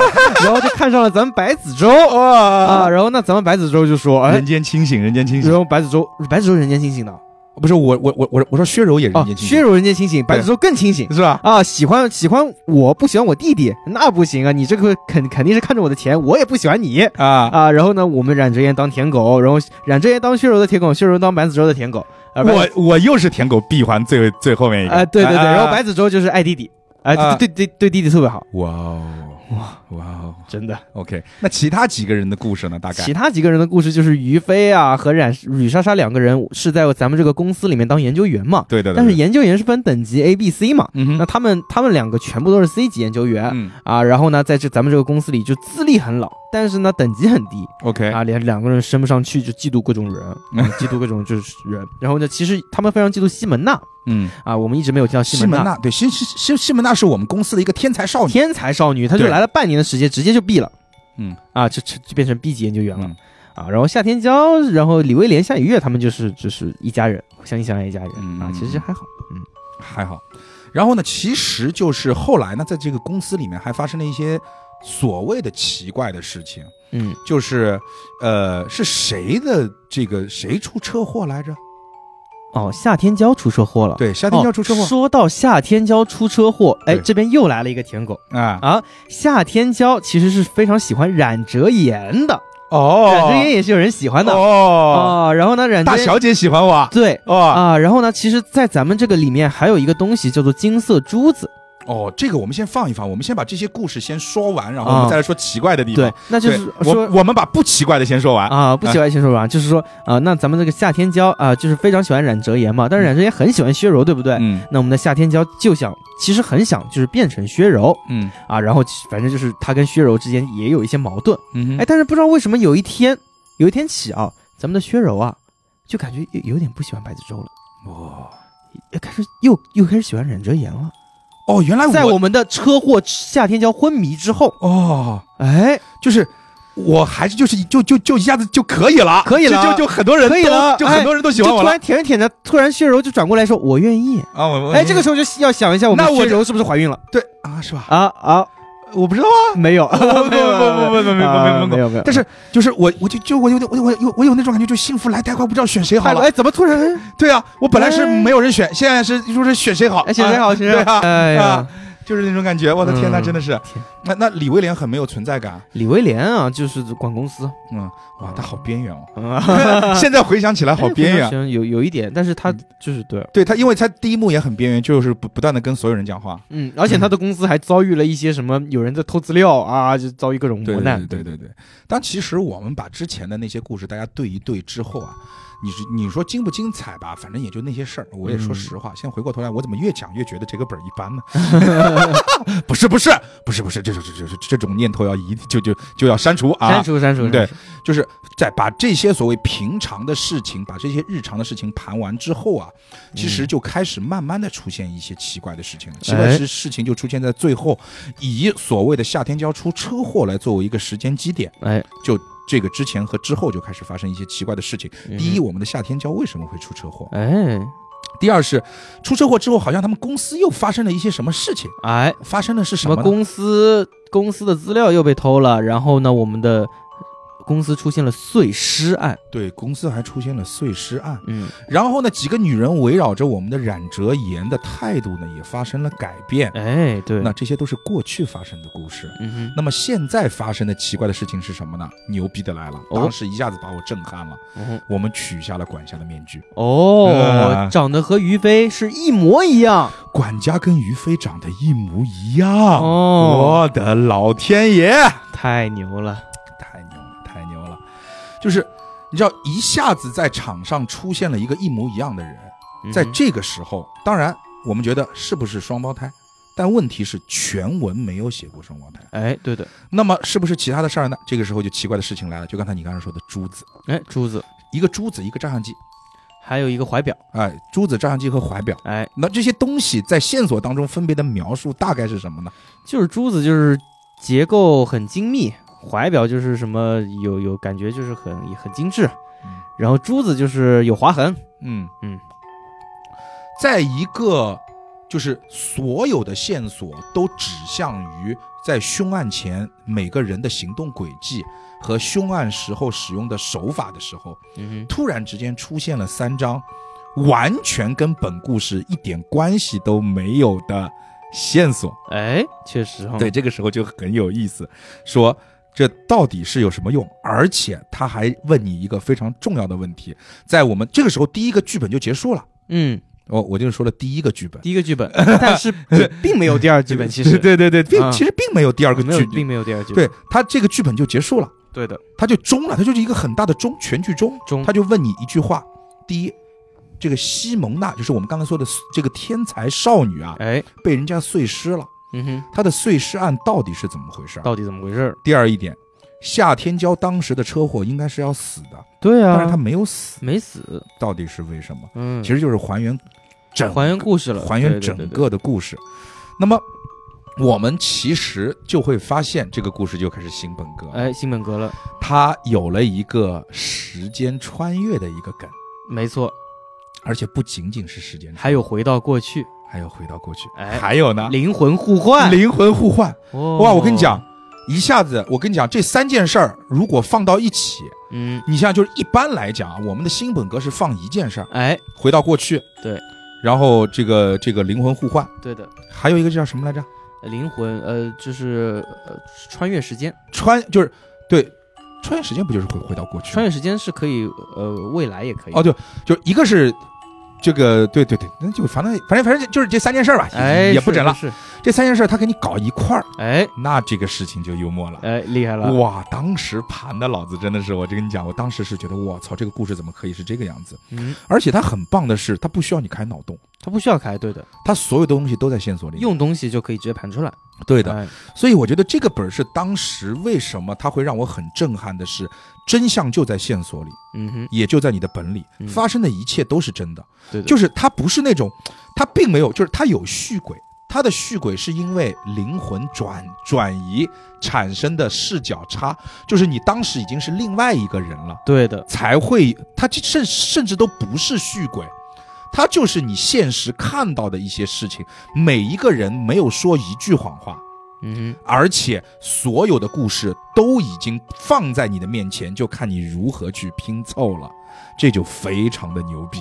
A: 然后就看上了咱们白子洲啊，然后那咱们白子洲就说，哎
B: 啊人，间清醒，人间清
A: 然
B: 醒。
A: 后白子洲白子洲人间清醒的
B: 不是我，我我我我说哦薛柔也人
A: 啊，
B: 间清
A: 薛
B: 醒，
A: 柔人间清醒，白子洲更清醒
B: 是吧？
A: 啊，喜欢喜欢我不喜欢我弟弟，那不行啊，你这个肯肯定是看着我的钱，我也不喜欢你。
B: 啊，
A: 啊，然后呢，我们冉哲言当舔狗，然后冉哲言当薛柔的舔狗，薛柔当白子洲的舔狗。啊白子
B: 我我又是舔狗闭环最最后面一个。
A: 哎，对对对，
B: 啊
A: 然后白子洲就是爱弟弟，哎，
B: 啊
A: 对对对对弟弟特别好，
B: 哇哦哇哇哦
A: 真的。
B: ，OK。那其他几个人的故事呢？大概
A: 其他几个人的故事就是于飞啊和冉吕莎莎两个人是在咱们这个公司里面当研究员嘛，
B: 对的，对
A: 但是
B: 对
A: 研究员是分等级 A、B、C 嘛，
B: 嗯
A: 那
B: 哼，
A: 他们他们两个全部都是 C 级研究员。
B: 嗯
A: 啊，然后呢，在这咱们这个公司里就资历很老，但是呢等级很低
B: ，OK
A: 啊，连两个人升不上去就嫉妒各种 人，啊嫉妒各种就是人。然后呢，其实他们非常嫉妒西门娜
B: 嗯，
A: 啊，我们一直没有提到西
B: 西
A: 门
B: 门
A: 娜，
B: 娜对西西西西门娜是我们公司的一个天才少女，
A: 天才少女，她就
B: 对
A: 来了半年的时间，直接就毕了。
B: 嗯，
A: 啊，就就就变成 B 级研究员了、
B: 嗯
A: 啊。然后夏天娇，然后李威廉、夏雨月他们就是就是一家人，相亲相爱一家人、
B: 嗯
A: 啊，其实还好。
B: 还好。然后呢，其实就是后来呢，在这个公司里面还发生了一些所谓的奇怪的事情，
A: 嗯，
B: 就是呃，是谁的这个谁出车祸来着？
A: 哦，夏天娇出车祸了。
B: 对，夏
A: 夏
B: 天要出车祸
A: 哦说到夏天娇出车祸，哎，
B: 对
A: 这边又来了一个舔狗
B: 啊！
A: 啊！夏天娇其实是非常喜欢冉哲言的，
B: 哦
A: 冉哲言也是有人喜欢的
B: 哦，
A: 啊然后呢，冉哲
B: 大
A: 言
B: 小姐喜欢我
A: 对
B: 哦
A: 啊，然后呢，其实，在咱们这个里面还有一个东西叫做金色珠子，
B: 哦，这个我们先放一放，我们先把这些故事先说完，然后我们再来说奇怪的地方
A: 啊对。，那就是
B: 哎对
A: 说
B: 我我们把不奇怪的先说完。
A: 啊，不喜欢先说吧，就是说啊，那咱们这个夏天娇啊，就是非常喜欢冉哲言嘛，但是冉哲言很喜欢薛柔，对不对？
B: 嗯
A: 那我们的夏天娇就想，其实很想就是变成薛柔
B: 嗯
A: 啊，然后其反正就是她跟薛柔之间也有一些矛盾，
B: 嗯
A: 哎，，但是不知道为什么有一天，有一天起啊，咱们的薛柔啊，就感觉有有点不喜欢白子洲了，
B: 哦
A: 又开始又又开始喜欢冉哲言了，
B: 哦，原来
A: 在我们的车祸夏天娇昏迷之后，
B: 哦，
A: 哎，
B: 就是我还是就是就就就一下子就可以了，
A: 可以了
B: 就就就很多人
A: 可以
B: 都
A: 了
B: 就
A: 哎
B: 很多人都喜
A: 就
B: 欢我
A: 突
B: 了
A: 然舔着舔着，突然薛柔就转过来说我愿意。
B: 啊！我我
A: 哎，这个时候就要想一下，我们
B: 那我
A: 薛柔是不是怀孕了？
B: 对啊是吧？
A: 啊啊，
B: 我不知道啊，
A: 没有，没有，
B: 不不不不不不不不不
A: 啊
B: 不
A: 没有没有。
B: 但是就是我我就就我有点我有我有我有那种感觉，就幸福来太快，不知道选谁好
A: 快乐，
B: 了。
A: 哎，怎么突然？
B: 对啊，我本来是
A: 哎
B: 没有人选，现在是就是选谁好，
A: 哎，选谁
B: 啊
A: 好？选谁
B: 对
A: 好？
B: 啊
A: 哎呀
B: 啊，，就是那种感觉。我的天呐，
A: 嗯
B: 真的是
A: 天
B: 那那李威廉很没有存在感，
A: 李威廉啊，就是管公司，
B: 嗯，哇，他好边缘哦。
A: 好
B: 现在回想起来好边缘，
A: 有有一点，但是他就是对，
B: 对他，因为他第一幕也很边缘，就是不不断的跟所有人讲话。
A: 嗯，而且他的公司还遭遇了一些什么，有人在偷资料啊，就遭遇各种
B: 对
A: 磨
B: 对
A: 难，
B: 对对对对。但其实我们把之前的那些故事大家对一对之后啊，你是你说精不精彩吧？反正也就那些事儿。我也
A: 嗯
B: 说实话，现在回过头来，我怎么越讲越觉得这个本儿一般呢？ 不是不是不是不是，这种这种这种念头要一就就就要删除啊！
A: 删除删除，
B: 对
A: 删除，
B: 就是在把这些所谓平常的事情，把这些日常的事情盘完之后啊，其
A: 嗯
B: 实就开始慢慢的出现一些奇怪的事情了。奇怪
A: 哎
B: 的事事情就出现在最后，以所谓的夏天交出车祸来作为一个时间基点，
A: 哎，
B: 这个之前和之后就开始发生一些奇怪的事
A: 嗯
B: 情。第一，，我们的夏天交为什么会出车祸？
A: 哎
B: 第二是出车祸之后，好像他们公司又发生了一些什么事情，
A: 哎，
B: 发生的是
A: 什
B: 什
A: 么
B: 么呢？
A: 公司公司的资料又被偷了，然后呢，我们的公司出现了碎尸案。
B: 对，公司还出现了碎尸案。
A: 嗯，
B: 然后呢，几个女人围绕着我们的冉哲言的态度呢，也发生了改变。
A: 哎，对，
B: 那这些都是过去发生的故事。
A: 嗯哼，
B: 那么现在发生的奇怪的事情是什么呢？牛逼的来了，
A: 哦
B: 当时一下子把我震撼了。
A: 嗯
B: 我们取下了管家的面具，
A: 哦
B: 呃，
A: 长得和于飞是一模一样。
B: 管家跟于飞长得一模一样。
A: 哦
B: 我的老天爷！
A: 太牛了！
B: 太牛了，太牛了！就是你知道，一下子在场上出现了一个一模一样的人，在
A: 嗯哼
B: 这个时候，当然我们觉得是不是双胞胎，但问题是全文没有写过双胞胎。
A: 哎，对的，
B: 那么是不是其他的事儿呢？这个时候就奇怪的事情来了，就刚才你刚才说的珠子，
A: 哎，珠子，
B: 一个珠子，一个照相机，
A: 还有一个怀表，
B: 哎，珠子、照相机和怀表。
A: 哎，
B: 那这些东西在线索当中分别的描述大概是什么呢？
A: 就是珠子，就是结构很精密，怀表就是什么有有感觉，就是很很精致，
B: 嗯
A: 然后珠子就是有划痕，
B: 嗯
A: 嗯，
B: 在一个就是所有的线索都指向于在凶案前每个人的行动轨迹和凶案时候使用的手法的时候，
A: 嗯
B: 突然之间出现了三张完全跟本故事一点关系都没有的线索。
A: 哼，哎，确实哈、
B: 对，，这个时候就很有意思，说这到底是有什么用？而且他还问你一个非常重要的问题，在我们这个时候，第一个剧本就结束了。
A: 嗯，
B: 哦，我就是说了第一个剧本，
A: 第一个剧本， 但 是也并没有第二剧本，其实
B: 对对对，并
A: 啊
B: 其实并没有第二个
A: 没有
B: 剧，
A: 并没有第二剧本，
B: 对他这个剧本就结束了，
A: 对的，
B: 他就中了，他就是一个很大的中，全剧终。
A: 中
B: 他就问你一句话：第一，这个西蒙娜就是我们刚才说的这个天才少女啊，
A: 哎，
B: 被人家碎尸了，
A: 嗯哼，
B: 她的碎尸案到底是怎么回事？
A: 到底怎么回事儿？
B: 第二一点，夏天娇当时的车祸应该是要死的，
A: 对
B: 但是她
A: 啊，
B: 没有死，
A: 没死，
B: 到底是为什么？
A: 嗯，
B: 其实就是还原整
A: 还原故事了，
B: 还原
A: 对对
B: 整
A: 对对
B: 个的故事。那么我们其实就会发现，这个故事就开始新本格，
A: 哎，，新本格了，
B: 它有了一个时间穿越的一个梗，
A: 没错，
B: 而且不仅仅是时间穿
A: 还有回到过去，
B: 越，还有回到过去，
A: 哎
B: 还有呢，
A: 灵魂互换，哦
B: 灵魂互换。哇，
A: 哇
B: 我跟你讲，，一下子我跟你讲，这三件事儿如果放到一起，
A: 嗯，
B: 你像就是一般来讲啊，我们的新本格是放一件事儿，
A: 哎，
B: 回到过去，
A: 对，
B: 然后这个这个灵魂互换，
A: 对的，
B: 还有一个叫什么来着？
A: 灵魂，呃，就是呃穿越时间，
B: 穿就是对，穿越时间不就是回回到过去？
A: 穿越时间是可以，呃，未来也可以，
B: 哦，对，就一个是这个，对对对，那就反正反正反正就是这三件事儿吧，
A: 哎，
B: 也不整了。
A: 是，是
B: 这三件事儿他给你搞一块儿，
A: 是哎
B: 那这个事情就幽默了。
A: 哎，厉害了，
B: 哇！当时盘的老子真的是，我这跟你讲，我当时是觉得，我操，这个故事怎么可以是这个样子？
A: 嗯，
B: 而且它很棒的是，它不需要你开脑洞，
A: 他不需要开，对的，
B: 它所有的东西都在线索里面。
A: 用东西就可以直接盘出来，哎
B: 对
A: 对
B: 的，，所以我觉得这个本儿是当时为什么它会让我很震撼的是，真相就在线索里，
A: 嗯哼，
B: 也就在你的本里，
A: 嗯
B: 发生的一切都是真的。
A: 对的，
B: 就是它不是那种，它并没有，就是它有续轨，它的续轨是因为灵魂转转移产生的视角差，就是你当时已经是另外一个人了，
A: 对的，
B: 才会它这甚甚至都不是续轨。它就是你现实看到的一些事情，每一个人没有说一句谎话，
A: 嗯哼，
B: 而且所有的故事都已经放在你的面前，就看你如何去拼凑了，这就非常的牛逼。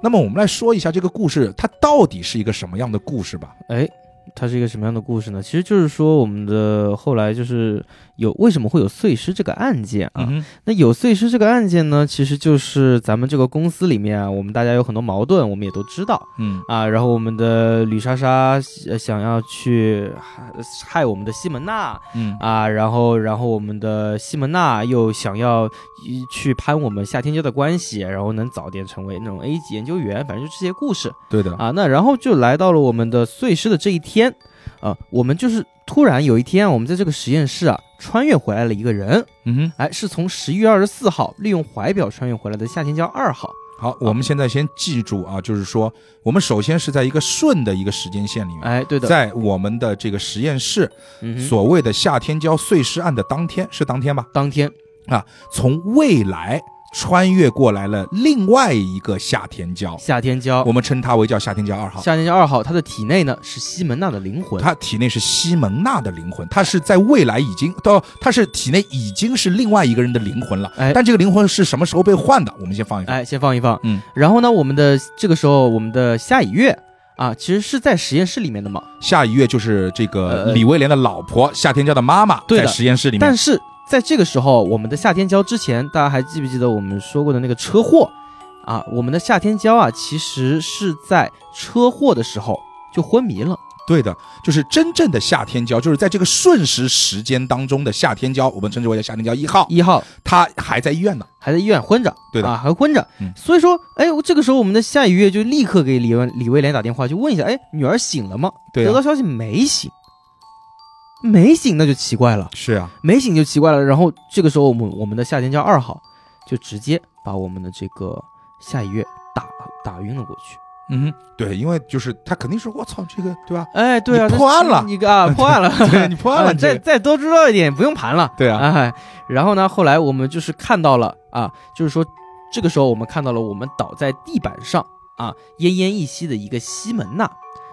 B: 那么我们来说一下这个故事，它到底是一个什么样的故事吧？
A: 哎。它是一个什么样的故事呢？其实就是说，我们的后来就是有为什么会有碎尸这个案件啊？
B: 嗯
A: 那有碎尸这个案件呢，其实就是咱们这个公司里面啊，我们大家有很多矛盾，我们也都知道
B: 嗯
A: 啊。然后我们的吕莎莎呃想要去害呃害我们的西门娜
B: 嗯
A: 啊，然后然后我们的西门娜又想要一去攀我们夏天娇的关系，然后能早点成为那种 A 级研究员，反正就这些故事
B: 对的，
A: 啊。那然后就来到了我们的碎尸的这一天啊，我们就是突然有一天啊，我们在这个实验室啊穿越回来了一个人。
B: 嗯哼，
A: 哎，是从十一月二十四号利用怀表穿越回来的夏天娇二号。
B: 好，我们现在先记住啊，就是说，我们首先是在一个顺的一个时间线里面，
A: 哎，对的，
B: 嗯在我们的这个实验室，
A: 嗯哼
B: 所谓的夏天骄碎尸案的当天是当天吧？
A: 当天
B: 从未来穿越过来了另外一个夏天骄，
A: 夏天骄
B: 我，们称它为叫夏天骄二号。
A: 夏天骄二号，他的体内呢是西门娜的灵魂，
B: 他体内是西蒙娜的灵魂，他是在未来已经到，他是体内已经是另外一个人的灵魂了。
A: 哎
B: 但这个灵魂是什么时候被换的？我们先放一放。
A: 哎，先放一放，
B: 嗯，
A: 然后呢，我们的这个时候，我们的夏以月啊，其实是在实验室里面的嘛，
B: 下一月就是这个
A: 呃
B: 李威廉的老婆夏天娇的妈妈
A: 对
B: 在
A: 的
B: 实验室里面
A: 但，是在这个时候，我们的夏天骄之前，大家还记不记得我们说过的那个车祸啊？我们的夏天骄啊，其实是在车祸的时候就昏迷了，
B: 对的，就是真正的夏天娇，就是在这个瞬时时间当中的夏天娇，我们称之为叫夏天娇一号，
A: 一号
B: 她还在医院呢。
A: 还在医院昏着，
B: 对的
A: 啊，还昏着。
B: 嗯
A: 所以说，哎，我这个时候我们的夏雨月就立刻给李文李威廉打电话，就问一下，哎，女儿醒了吗？
B: 对啊
A: 得到消息没醒，没醒那就奇怪了，
B: 是啊，
A: 没醒就奇怪了。然后这个时候我们我们的夏天叫二号，就直接把我们的这个夏雨月打打晕了过去。
B: 嗯哼，对，因为就是她肯定是我操这个 对吧？
A: 哎，对啊，
B: 你
A: 这
B: 破案了
A: 你 啊，破案了，
B: 对你破案了
A: 啊
B: 你这
A: 再
B: 个
A: 再多知道一点，不用盘了。
B: 对啊
A: 哎，然后呢，后来我们就是看到了啊，就是说这个时候我们看到了我们倒在地板上啊，奄奄一息的一个西门娜。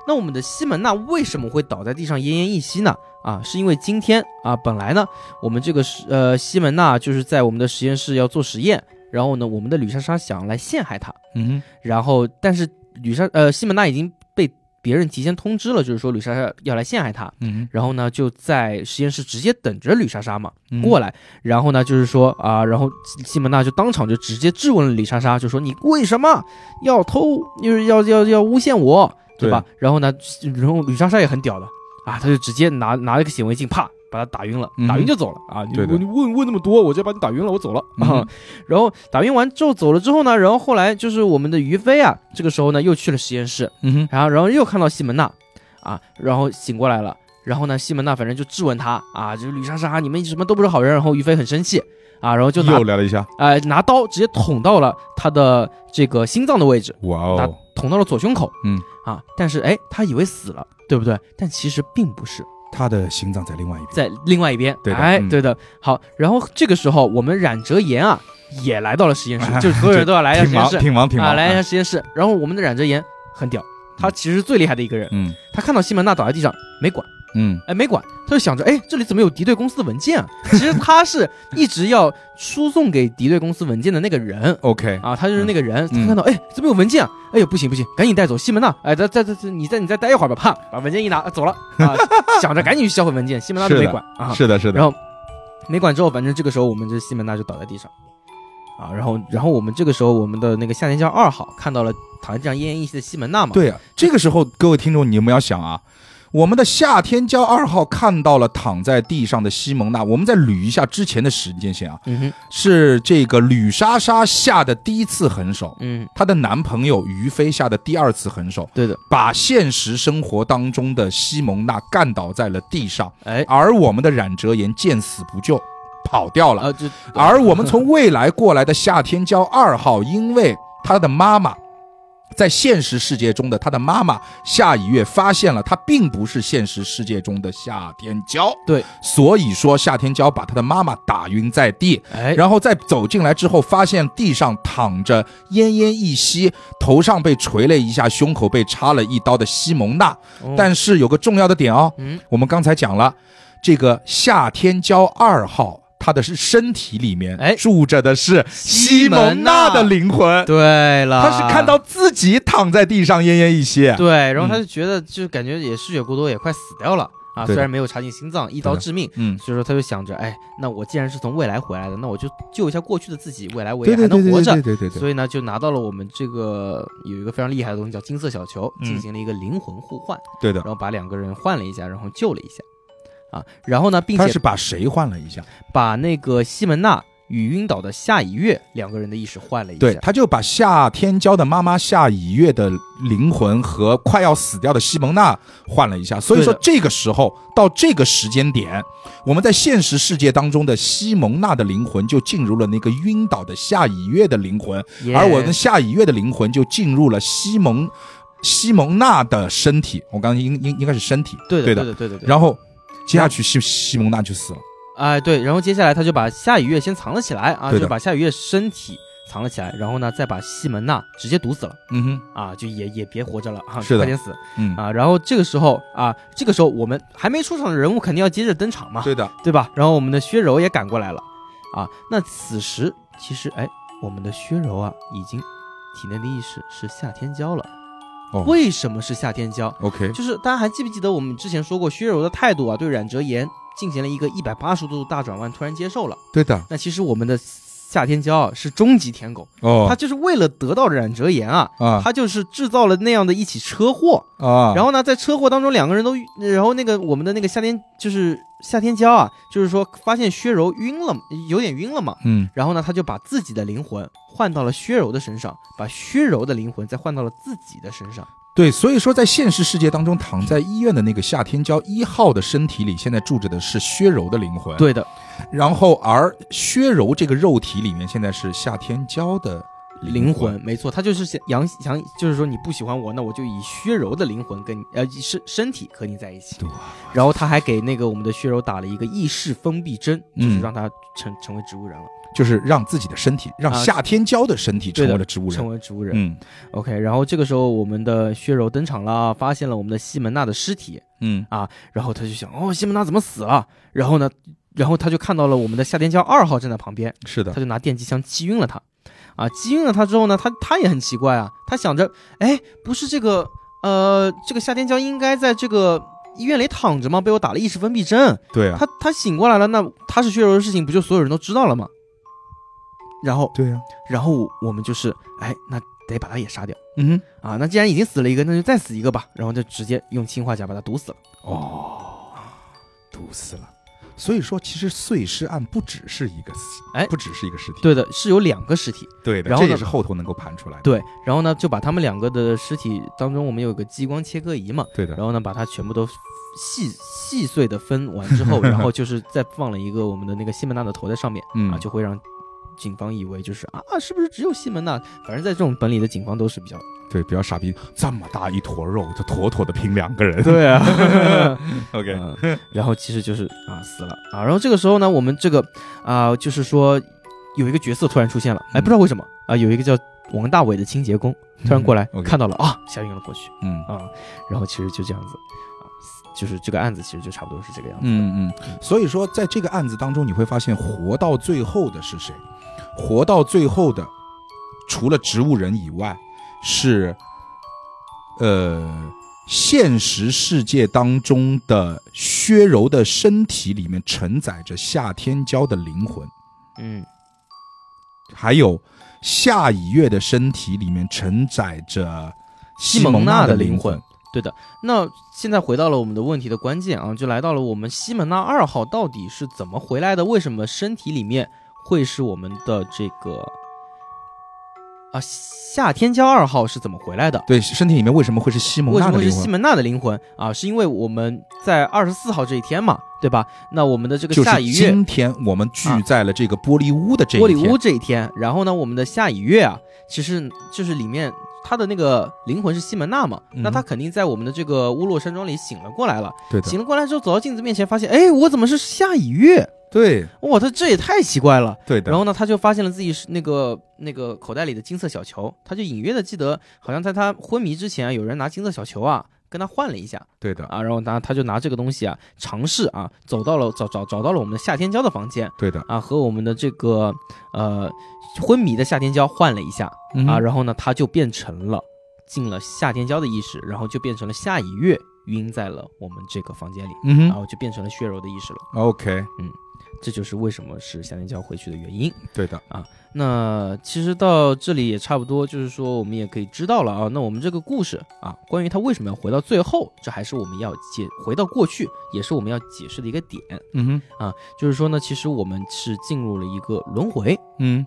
A: 那我们的西门娜为什么会倒在地上奄奄一息呢？啊，是因为今天啊，本来呢，我们这个实呃西门娜就是在我们的实验室要做实验，然后呢，我们的吕莎莎想来陷害她，
B: 嗯
A: 然后但是吕莎呃西门娜已经被别人提前通知了，就是说吕莎莎要来陷害她，
B: 嗯
A: 然后呢就在实验室直接等着吕莎莎嘛
B: 哼，
A: 过
B: 来，
A: 来，然后呢就是说啊、然后西西门娜就当场就直接质问了吕莎莎，就说你为什么要偷，就是要要要诬陷我，对吧？然后呢，然后吕莎莎也很屌的啊，她就直接拿拿了个显微镜，啪把他打晕了
B: 嗯，哼
A: 打晕就走了、啊！你
B: 对的
A: 你问问那么多，我直接把你打晕了，我走了
B: 嗯
A: 啊
B: 哼！
A: 然后打晕完之后走了之后呢，然后后来就是我们的于飞啊，这个时候呢又去了实验室，
B: 嗯哼，
A: 然后然后又看到西门娜啊，然后醒过来了。然后呢，西门娜反正就质问他啊，就是吕莎莎，你们什么都不是好人。然后于飞很生气啊，然后就拿
B: 又来了一下，
A: 呃拿刀直接捅到了他的这个心脏的位置，
B: 哇
A: 打
B: 哦，
A: 捅到了左胸口。
B: 嗯
A: 啊，但是哎，他以为死了，对不对？但其实并不是，
B: 她的心脏在另外一边，
A: 在另外一边。
B: 对的
A: 哎，
B: 嗯
A: 对的。好，然后这个时候我们冉哲言啊也来到了实验室，就所有人都要来一下
B: 哎挺
A: 实验
B: 忙
A: 室
B: 挺忙挺
A: 啊，
B: 忙，哎
A: 来一下实验室。然后我们的冉哲言很屌，他其实是最厉害的一个人。
B: 嗯
A: 他看到西门娜倒在地上没管，
B: 嗯
A: 哎没管，他就想着哎这里怎么有敌对公司的文 件啊？其实他是一直要输送给敌对公司文件的那个人。
B: ，OK，
A: 啊，他就是那个人，
B: 嗯
A: 他看到哎，怎么有文件啊？哎呦，不行不行，赶紧带走西门娜！哎，再再再，再你再你再待一会儿吧，啪，把文件一拿、啊走了啊， 想着赶紧去销毁文件，西门娜就是没
B: 的
A: 管啊，
B: 是的是的
A: 然，后没管之后，反正这个时候我们这西门娜就倒在地上啊，然后然后我们这个时候我们的那个夏天娇二号看到了躺在地上奄奄一息的西门娜嘛，
B: 对啊，这个时候各位听众，你们要想啊，我们的夏天骄二号看到了躺在地上的西蒙娜，我们再捋一下之前的时间线啊，
A: 嗯哼，
B: 是这个吕莎莎下的第一次狠手。
A: 嗯，
B: 她的男朋友于飞下的第二次狠手，
A: 对的，
B: 把现实生活当中的西蒙娜干倒在了地上，
A: 哎，
B: 而我们的冉哲言见死不救，跑掉了。
A: 啊就
B: 而我们从未来过来的夏天骄二号，因为他的妈妈。在现实世界中的他的妈妈夏以月发现了他并不是现实世界中的夏天骄，
A: 对，
B: 所以说夏天骄把他的妈妈打晕在地，
A: 哎，
B: 然后再走进来之后，发现地上躺着奄奄一息、头上被锤了一下、胸口被插了一刀的西蒙娜。
A: 哦
B: 但是有个重要的点哦，
A: 嗯
B: 我们刚才讲了，这个夏天骄二号，他的是身体里面
A: 哎
B: 住着的是西
A: 西
B: 蒙
A: 蒙
B: 娜
A: 娜
B: 的灵魂，
A: 对了，
B: 他是看到自己躺在地上奄奄一息。
A: 对，然后
B: 嗯
A: 他就觉得就感觉也失血过多，也快死掉了啊，
B: 对的
A: 虽然没有插进心脏，一刀
B: 对的
A: 致命。
B: 嗯，
A: 所以说，他就想着，哎，那我既然是从未来回来的，那我就救一下过去的自己，未来我
B: 对
A: 也还
B: 对对
A: 能
B: 对
A: 活
B: 对
A: 着
B: 对。对对对，
A: 所以呢，就拿到了我们这个有一个非常厉害的东西叫金色小球，
B: 嗯
A: 进行了一个灵魂互换，
B: 对的
A: 然。后把两个人换了一下，然后救了一下，啊，然后呢，并
B: 他
A: 且
B: 是把谁换了一下？
A: 把那个西门娜与晕倒的夏以月两个人的意识换了一
B: 对，
A: 下，
B: 他就把夏天骄的妈妈夏以月的灵魂和快要死掉的西蒙娜换了一下，所以说
A: 对的
B: 这个时候到这个时间点，我们在现实世界当中的西蒙娜的灵魂就进入了那个晕倒的夏以月的灵魂，
A: 耶
B: 而我跟夏以月的灵魂就进入了西蒙西蒙娜的身体，我刚刚应应应该是身体，
A: 对的对
B: 对的
A: 的对的对的，
B: 然后接下去西西蒙娜就死了，
A: 哎对，然后接下来他就把夏以月先藏了起来啊，
B: 对
A: 就
B: 的
A: 是把夏以月身体藏了起来，然后呢再把西门呐直接毒死了
B: 嗯哼，
A: 啊，就也也别活着了啊，
B: 是的
A: 快点死
B: 嗯，
A: 啊！然后这个时候啊，这个时候我们还没出场的人物肯定要接着登场嘛，
B: 对的，
A: 对吧？然后我们的薛柔也赶过来了，啊，那此时其实哎，我们的薛柔啊，已经体内的意识是夏天娇了。
B: 哦
A: 为什么是夏天娇？
B: ，OK，
A: 就是大家还记不记得我们之前说过，薛柔的态度啊，对阮哲言进行了一个一百八十度大转弯，突然接受了。
B: 对的，
A: 那其实我们的夏天骄啊是终极舔狗，他
B: 哦，
A: 就是为了得到阮哲言啊，
B: 啊
A: 他就是制造了那样的一起车祸，
B: 啊，
A: 然后呢，在车祸当中，两个人都晕，然后那个我们的那个夏天就是夏天骄啊，就是说发现薛柔晕了，有点晕了嘛。
B: 嗯，
A: 然后呢，他就把自己的灵魂换到了薛柔的身上，把薛柔的灵魂再换到了自己的身上。
B: 对，所以说在现实世界当中，躺在医院的那个夏天娇一号的身体里，现在住着的是薛柔的灵魂，，
A: 对的，
B: 然后而薛柔这个肉体里面现在是夏天娇的
A: 灵
B: 魂
A: 魂，没错，他就是想杨想，就是说你不喜欢我，那我就以薛柔的灵魂跟你，呃身身体和你在一起。
B: 对
A: 然后他还给那个我们的薛柔打了一个意识封闭针，就是
B: 嗯
A: 让他成成为植物人了，
B: 就是让自己的身体，让
A: 啊
B: 夏天娇的身体成为
A: 对的
B: 了植物人
A: 成。为植物人。
B: 嗯
A: OK，然后这个时候我们的薛柔登场了，发现了我们的西门娜的尸体，
B: 嗯
A: 然后他就想，哦，西门娜怎么死了？然后呢，然后他就看到了我们的夏天娇二号站在旁边，
B: 是的
A: 他，就拿电击枪击晕了他，啊，击晕了他之后呢，他他也很奇怪啊，他想着，哎，不是这个，呃，这个夏天娇应该在这个医院里躺着吗？被我打了意识封闭针，
B: 对啊，
A: 他他醒过来了，那他是薛柔的事情，不就所有人都知道了吗？然后，
B: 对啊，
A: 然后我们就是，哎，那得把他也杀掉。
B: 嗯
A: 啊，那既然已经死了一个，那就再死一个吧，然后就直接用氰化钾把它毒死了。
B: 哼，哦，毒死了。所以说，其实碎尸案不只是一个死，
A: 哎
B: 不只是一个尸体，
A: 对的，是有两个尸体。
B: 对的，
A: 然后
B: 这
A: 呢
B: 也是后头能够盘出来的。
A: 对，然后呢，就把他们两个的尸体当中，我们有个激光切割仪嘛，
B: 对的，
A: 然后呢，把它全部都细细碎的分完之 后，然后就是再放了一个我们的那个西门娜的头在上面
B: 嗯
A: 啊，就会让警方以为就是啊，是不是只有西门娜？反正在这种本里的警方都 是比较
B: 对，比较傻逼，这么大一坨肉，就妥妥的拼两个人。
A: 对 啊。
B: ，OK，
A: 嗯，然后其实就是啊死了啊，然后这个时候呢，我们这个啊、就是说有一个角色突然出现了，哎，
B: 嗯
A: 不知道为什么啊，有一个叫王大伟的清洁工突然过来、
B: 嗯，OK
A: 看到了啊，吓晕了过去
B: 嗯
A: 啊，然后其实就这样子啊，就是这个案子其实就差不多是这个样子，
B: 嗯嗯。所以说，在这个案子当中，你会发现活到最后的是谁？活到最后的，除了植物人以外，是呃现实世界当中的薛柔的身体里面承载着夏天娇的灵魂，
A: 嗯
B: 还有夏以月的身体里面承载着西
A: 蒙
B: 蒙
A: 娜
B: 的
A: 的灵
B: 魂
A: 魂。那现在回到了我们的问题的关键啊，就来到了我们西门娜二号到底是怎么回来的？为什么身体里面会是我们的这个啊夏天骄二号是怎么回来的？
B: 对，身体里面为什么会是西蒙
A: 为
B: 娜
A: 什
B: 的
A: 么是
B: 灵
A: 西
B: 魂？
A: 门娜的灵魂啊？是因为我们在二十四号这一天嘛，对吧？那我们的这个
B: 就
A: 夏
B: 是
A: 雨月
B: 今天我们聚
A: 啊
B: 在了这个玻璃屋的这一
A: 玻
B: 天。
A: 璃屋这一天，然后呢，我们的夏雨月啊，其实就是里面她的那个灵魂是西门娜嘛，
B: 嗯
A: 那她肯定在我们的这个乌洛山庄里醒了过来了。
B: 对的，
A: 醒了过来之后，走到镜子面前，发现，哎，我怎么是夏雨月？
B: 对
A: 哇，他这也太奇怪了。
B: 对的。
A: 然后呢，他就发现了自己是那个那个口袋里的金色小球，他就隐约的记得，好像在他昏迷之前啊，有人拿金色小球啊跟他换了一下
B: 对的，
A: 啊，然后拿他就拿这个东西啊尝试啊，走到了找找找到了我们的夏天娇的房间
B: 对的
A: 啊，和我们的这个呃昏迷的夏天娇换了一下
B: 嗯
A: 啊，然后呢，他就变成了进了夏天娇的意识，然后就变成了夏以月晕在了我们这个房间里。
B: 嗯
A: 然
B: 哼
A: 后就变成了血柔的意识了。
B: ，OK，
A: 这就是为什么是夏天娇回去的原因。
B: 对的，
A: 那其实到这里也差不多，就是说我们也可以知道了啊。那我们这个故事啊，关于他为什么要回到最后，这还是我们要解回到过去，也是我们要解释的一个点。
B: 嗯哼，
A: 就是说呢，其实我们是进入了一个轮回，
B: 嗯，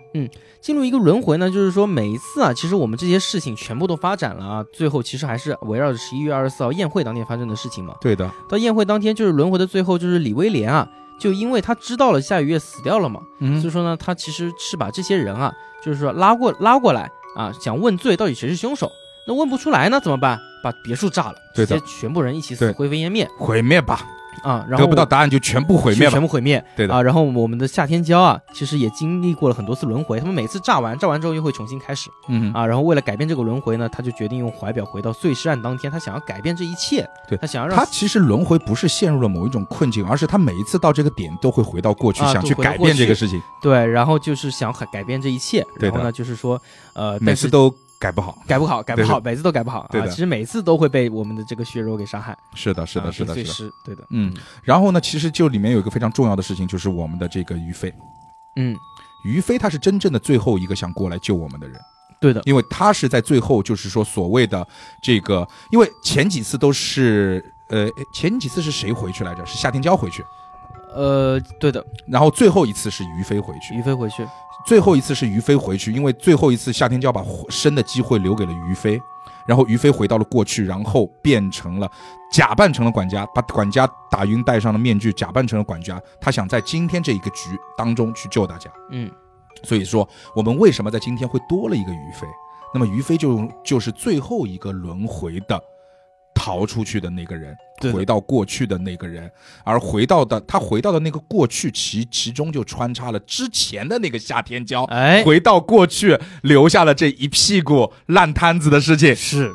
A: 进入一个轮回呢，就是说每一次啊，其实我们这些事情全部都发展了啊，最后其实还是围绕着十一月二十四号宴会当天发生的事情嘛。
B: 对的，
A: 到宴会当天，就是轮回的最后，就是李威廉啊，就因为他知道了夏雨月死掉了嘛，所以
B: 嗯，
A: 说呢，他其实是把这些人啊，就是说拉过拉过来啊，想问罪到底谁是凶手，那问不出来呢怎么办？把别墅炸了，
B: 对
A: 直
B: 的
A: 接全部人一起死，
B: 对
A: 灰飞烟灭。
B: 毁灭吧，
A: 啊，然后
B: 得不到
A: 我
B: 答案就全部毁
A: 去
B: 灭
A: 全
B: 吧。
A: 部毁灭。
B: 对的
A: 啊，然后我们的夏天骄啊，其实也经历过了很多次轮回，他们每次炸完，炸完之后又会重新开始
B: 嗯，
A: 啊。然后为了改变这个轮回呢，他就决定用怀表回到碎尸案当天，他想要改变这一切，
B: 对
A: 他想要让
B: 他其实轮回不是陷入了某一种困境，而是他每一次到这个点都会回到过去，
A: 啊
B: 想
A: 都
B: 去
A: 回到
B: 改
A: 过
B: 变这
A: 去
B: 个事情，
A: 对，然后就是想改改变这一切。
B: 对
A: 然
B: 的
A: 后呢，就是说，呃，
B: 每
A: 但
B: 次
A: 是
B: 都改不好。
A: 改不好，改不
B: 对的
A: 好，每次都改不好
B: 对
A: 啊。
B: 的
A: 其实每次都会被我们的这个血肉给杀害。
B: 是的，是
A: 啊
B: 的，是的，
A: 被
B: 是
A: 碎
B: 的。
A: 尸，对的，
B: 嗯，然后呢，其实就里面有一个非常重要的事情，就是我们的这个于飞，
A: 嗯，
B: 于飞他是真正的最后一个想过来救我们的人。
A: 对的，
B: 因为他是在最后，就是说所谓的这个，因为前几次都是，呃，前几次是谁回去来着？是夏天娇回去，
A: 呃，对的，
B: 然后最后一次是于飞回去，
A: 于飞回去，
B: 最后一次是于飞回去，因为最后一次夏天娇把生的机会留给了于飞，然后于飞回到了过去，然后变成了假扮成了管家，把管家打晕，戴上了面具，假扮成了管家，他想在今天这一个局当中去救大家。
A: 嗯，
B: 所以说，我们为什么在今天会多了一个于飞？那么于飞就就是最后一个轮回的逃出去的那个人，
A: 对
B: 回
A: 的，
B: 到过去的那个人，而回到的他回到的那个过去，其其中就穿插了之前的那个夏天娇。
A: 哎，
B: 回到过去，留下了这一屁股烂摊子的事情，
A: 是，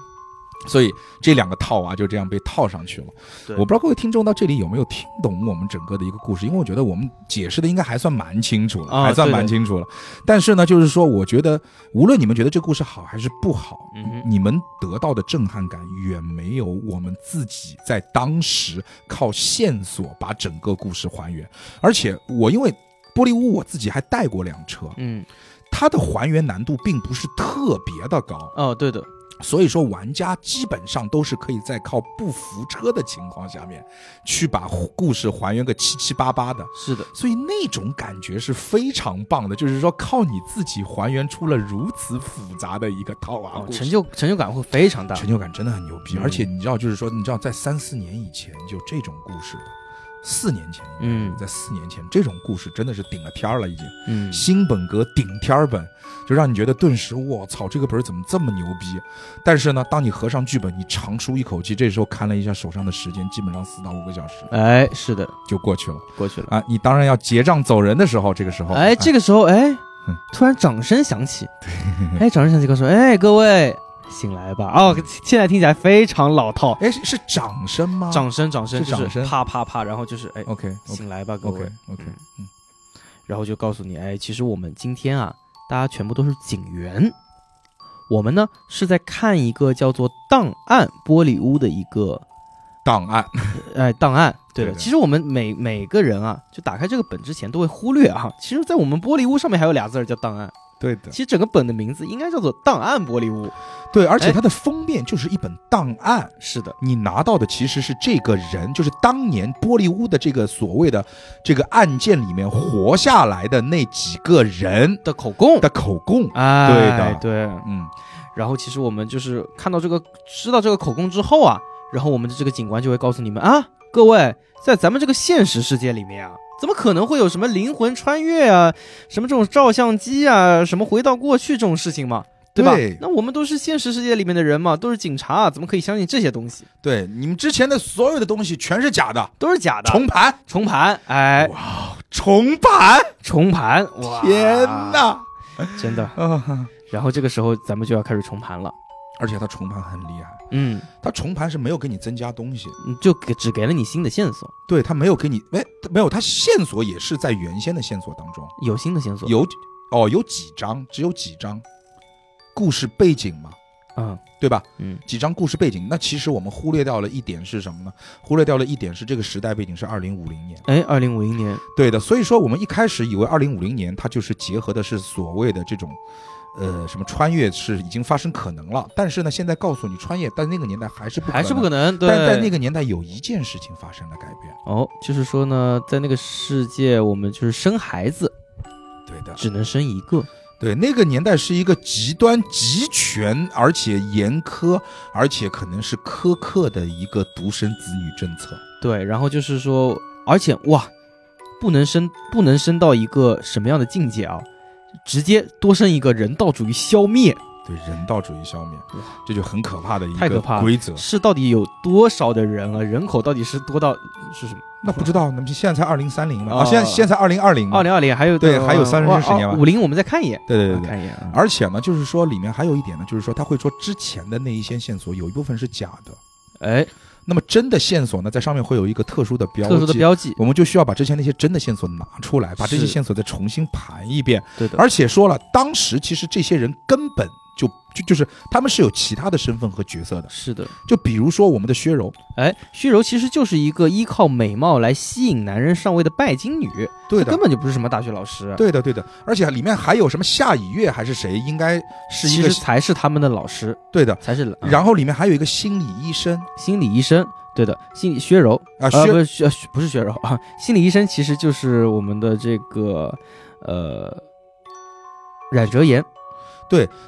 B: 所以这两个套啊就这样被套上去了。
A: 对
B: 我不知道各位听众到这里有没有听懂我们整个的一个故事，因为我觉得我们解释的应该还算蛮清楚了，
A: 啊
B: 还算
A: 对的
B: 蛮清楚了。但是呢，就是说，我觉得无论你们觉得这故事好还是不好，
A: 嗯哼，
B: 你们得到的震撼感远没有我们自己在当时靠线索把整个故事还原。而且我因为玻璃屋我自己还带过辆车，
A: 嗯，
B: 它的还原难度并不是特别的高，
A: 哦，对的，
B: 所以说，玩家基本上都是可以在靠不扶车的情况下面，去把故事还原个七七八八的。
A: 是的，
B: 所以那种感觉是非常棒的，就是说靠你自己还原出了如此复杂的一个套娃
A: 哦
B: 啊故事，
A: 成就成就感会非常大，
B: 成就感真的很牛逼。
A: 嗯
B: 而且你知道，就是说，你知道在三四年以前就这种故事，四年前，
A: 嗯
B: 在四年前这种故事真的是顶了天儿了，已经。
A: 嗯，
B: 新本格顶天儿本，就让你觉得顿时我操，这个本儿怎么这么牛逼？但是呢，当你合上剧本，你长舒一口气，这时候看了一下手上的时间，基本上四到五个小时
A: 哎，是的，
B: 就过去了
A: 过去了。
B: 啊！你当然要结账走人的时候，这个时候，啊
A: 哎，这个时候，哎
B: 嗯，
A: 突然掌声响起， 哎，掌声响起，告诉我，哎，各位醒来吧！哦，
B: 嗯
A: 现在听起来非常老套，
B: 哎是是掌声吗？
A: 掌声，掌声，
B: 是
A: 就
B: 掌
A: 是
B: 声
A: 啪啪啪，然后就是哎，
B: OK OK
A: 醒来吧，各
B: OK
A: 位，
B: OK，嗯，
A: 然后就告诉你，哎，其实我们今天啊，大家全部都是警员，我们呢是在看一个叫做《档案玻璃屋》的一个
B: 档案
A: 哎，档案。对
B: 对
A: 的，
B: 的
A: 其实我们每每个人啊，就打开这个本之前都会忽略啊，其实，在我们玻璃屋上面还有俩字儿叫档案。
B: 对的
A: 其实整个本的名字应该叫做《档案玻璃屋》。
B: 对，而且
A: 哎
B: 它的封面就是一本档案。
A: 是的，
B: 你拿到的其实是这个人，就是当年玻璃屋的这个所谓的这个案件里面活下来的那几个人，
A: 的口供。
B: 的口供。
A: 哎，
B: 对的
A: 对。
B: 嗯，
A: 然后其实我们就是看到这个，知道这个口供之后啊，然后我们的这个警官就会告诉你们啊，各位，在咱们这个现实世界里面啊，怎么可能会有什么灵魂穿越啊，什么这种照相机啊，什么回到过去这种事情嘛？对吧？
B: 对
A: 那我们都是现实世界里面的人嘛，都是警察、啊，怎么可以相信这些东西？
B: 对，你们之前的所有的东西全是假的，
A: 都是假的。
B: 重盘，
A: 重盘，哎，
B: 重盘！
A: 重盘，哇！
B: 天哪！
A: 真的。
B: 啊！
A: 然后这个时候咱们就要开始重盘了。
B: 而且他重盘很厉害，
A: 嗯，
B: 他重盘是没有给你增加东西，
A: 就给只给了你新的线索，
B: 对他没有给你，哎，没有，他线索也是在原先的线索当中
A: 有新的线索。
B: 有哦，有几章，只有几章，故事背景嘛，
A: 嗯
B: 对吧？
A: 嗯，
B: 几张故事背景，那其实我们忽略掉了一点是什么呢？忽略掉了一点是这个时代背景是二零五零年。
A: 哎，二零五零年，
B: 对的，所以说我们一开始以为二零五零年它就是结合的是所谓的这种，呃，什么穿越是已经发生可能了，但是呢，现在告诉你穿越，但那个年代还是不
A: 还是不
B: 可
A: 可能。对，
B: 能。但在那个年代有一件事情发生了改变，
A: 哦，就是说呢，在那个世界，我们就是生孩子
B: 对的，
A: 只能生一个。
B: 对，那个年代是一个极端集权，而且严苛，而且可能是苛刻的一个独生子女政策。
A: 对，然后就是说，而且哇，不能生，不能生到一个什么样的境界啊？直接多生一个人道主义消灭，
B: 对人道主义消灭
A: 哇，
B: 这就很可怕的一
A: 太可
B: 个
A: 怕了
B: 规则。
A: 是到底有多少的人啊？人口到底是多到是什么？
B: 那不知道，那么现在才二零三零嘛，
A: 哦
B: 啊，现在现在才二零二零，
A: 二零二零还有啊
B: 对还有30十年吧
A: 五零我们再看一眼，
B: 对对对对。
A: 看一眼啊，
B: 而且呢，就是说里面还有一点呢，就是说他会说之前的那一些线索有一部分是假的，
A: 哎，
B: 那么真的线索呢，在上面会有一个特殊的标
A: 特殊的
B: 记，
A: 标记，
B: 我们就需要把之前那些真的线索拿出来，把这些
A: 是
B: 线索再重新盘一遍。
A: 对的，
B: 而且说了，当时其实这些人根本就就就是他们是有其他的身份和角色的，
A: 是的，
B: 就比如说我们的薛柔，
A: 哎，虚柔其实就是一个依靠美貌来吸引男人上位的拜金女，
B: 对
A: 她
B: 的
A: 根。本就不是什么大学老师，
B: 对的，对的，而且里面还有什么夏以月还是谁，应该是一
A: 其
B: 个
A: 实才是他们的老师，
B: 对的。
A: 才是、啊
B: 然后里面还有一个心理医生
A: 心理医生，对的，心理薛柔，
B: 啊，
A: 啊，
B: 薛
A: 不是薛，不是薛柔啊，心理医生其实就是我们的这个呃冉哲言，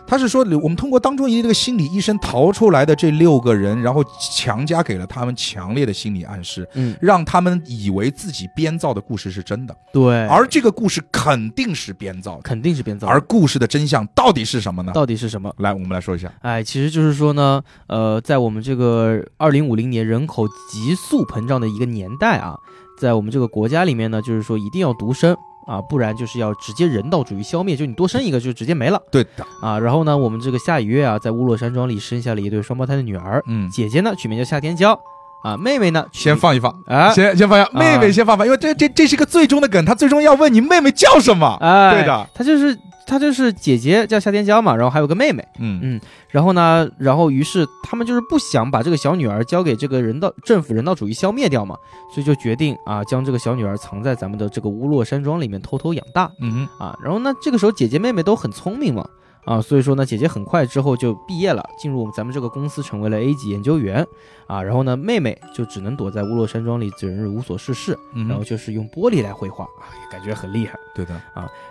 B: 他是说，我们通过当中一个这个心理医生逃出来的这六个人，然后强加给了他们强烈的心理暗示，
A: 嗯，
B: 让他们以为自己编造的故事是真的，
A: 对，
B: 而这个故事肯定是编造的。
A: 肯定是编造的，
B: 而故事的真相到底是什么呢？
A: 到底是什么？
B: 来，我们来说一下。
A: 哎，其实就是说呢，呃，在我们这个二零五零年人口急速膨胀的一个年代啊，在我们这个国家里面呢，就是说一定要独生啊，不然就是要直接人道主义消灭，就你多生一个就直接没了
B: 对的，
A: 啊。然后呢，我们这个夏雨月啊，在乌洛山庄里生下了一对双胞胎的女儿，
B: 嗯，
A: 姐姐呢取名叫夏天娇啊，妹妹呢取
B: 先放一放，哎
A: 啊，
B: 先先放一放，
A: 啊
B: 妹妹先放放，因为这这这是个最终的梗，他最终要问你妹妹叫什么。
A: 哎，
B: 啊对的，
A: 她就是她就是姐姐叫夏天娇嘛，然后还有个妹妹。
B: 嗯
A: 嗯然后呢，然后于是他们就是不想把这个小女儿交给这个人道政府人道主义消灭掉嘛，所以就决定啊，将这个小女儿藏在咱们的这个乌洛山庄里面偷偷养大
B: 嗯
A: 啊。然后呢，这个时候姐姐妹妹都很聪明嘛。啊，所以说呢，姐姐很快之后就毕业了，进入我们咱们这个公司，成为了 A 级研究员啊。然后呢，妹妹就只能躲在乌洛山庄里，整日无所事事，
B: 嗯，
A: 然后就是用玻璃来绘画啊，也感觉很厉害。
B: 对的，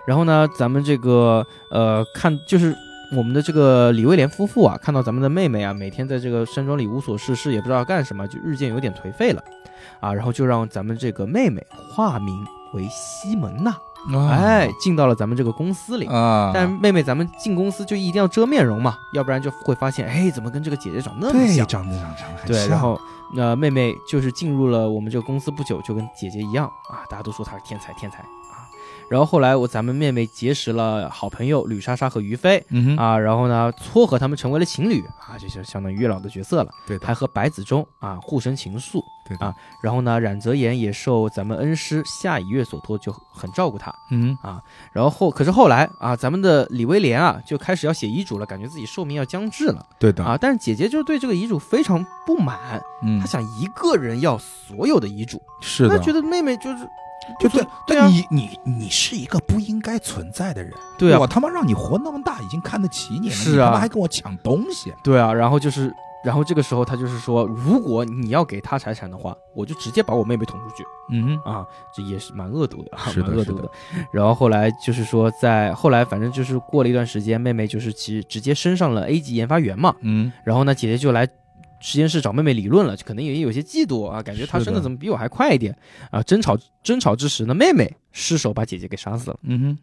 A: 然后呢，咱们这个呃，看就是我们的这个李威廉夫妇啊，看到咱们的妹妹啊，每天在这个山庄里无所事事，也不知道干什么，就日渐有点颓废了啊。然后就让咱们这个妹妹化名为西蒙娜，哎，进到了咱们这个公司里。
B: 啊，
A: 但妹妹，咱们进公司就一定要遮面容嘛，要不然就会发现，哎，怎么跟这个姐姐长那么
B: 对，
A: 像？
B: 长得长长很
A: 对，
B: 像
A: 然后呃，妹妹就是进入了我们这个公司不久，就跟姐姐一样啊，大家都说她是天才，天才啊。然后后来我咱们妹妹结识了好朋友吕莎莎和于飞
B: 嗯哼，
A: 啊，然后呢撮合他们成为了情侣啊，这就相当于月老的角色了，
B: 对的，
A: 还和白子忠啊互生情愫。
B: 对的
A: 啊，然后呢，冉泽言也受咱们恩师夏以月所托，就很照顾她。啊
B: 嗯
A: 然后后可是后来啊，咱们的李威廉啊就开始要写遗嘱了，感觉自己寿命要将至了
B: 对的，
A: 啊，但是姐姐就对这个遗嘱非常不满。
B: 嗯
A: 他，想一个人要所有的遗嘱，
B: 是的，
A: 他觉得妹妹就是
B: 就对，
A: 对
B: 对
A: 啊
B: 你你你是一个不应该存在的人，
A: 对啊
B: 我他妈让你活那么大，已经看得起你了，
A: 是
B: 你他
A: 啊
B: 妈还跟我抢东西，
A: 对啊，然后就是然后这个时候他就是说，如果你要给他财产的话，我就直接把我妹妹捅出去
B: 嗯
A: 啊，这也是蛮恶毒的，啊
B: 是，的
A: 蛮恶
B: 是
A: 毒
B: 的
A: 的。然后后来就是说在，后来反正就是过了一段时间，妹妹就是其实直接升上了 A 级研发员嘛，
B: 嗯，
A: 然后呢，姐姐就来实验室找妹妹理论了，可能也有些嫉妒啊，感觉她
B: 是的
A: 升的怎么比我还快一点啊？争吵争吵之时呢，妹妹失手把姐姐给杀死了。
B: 嗯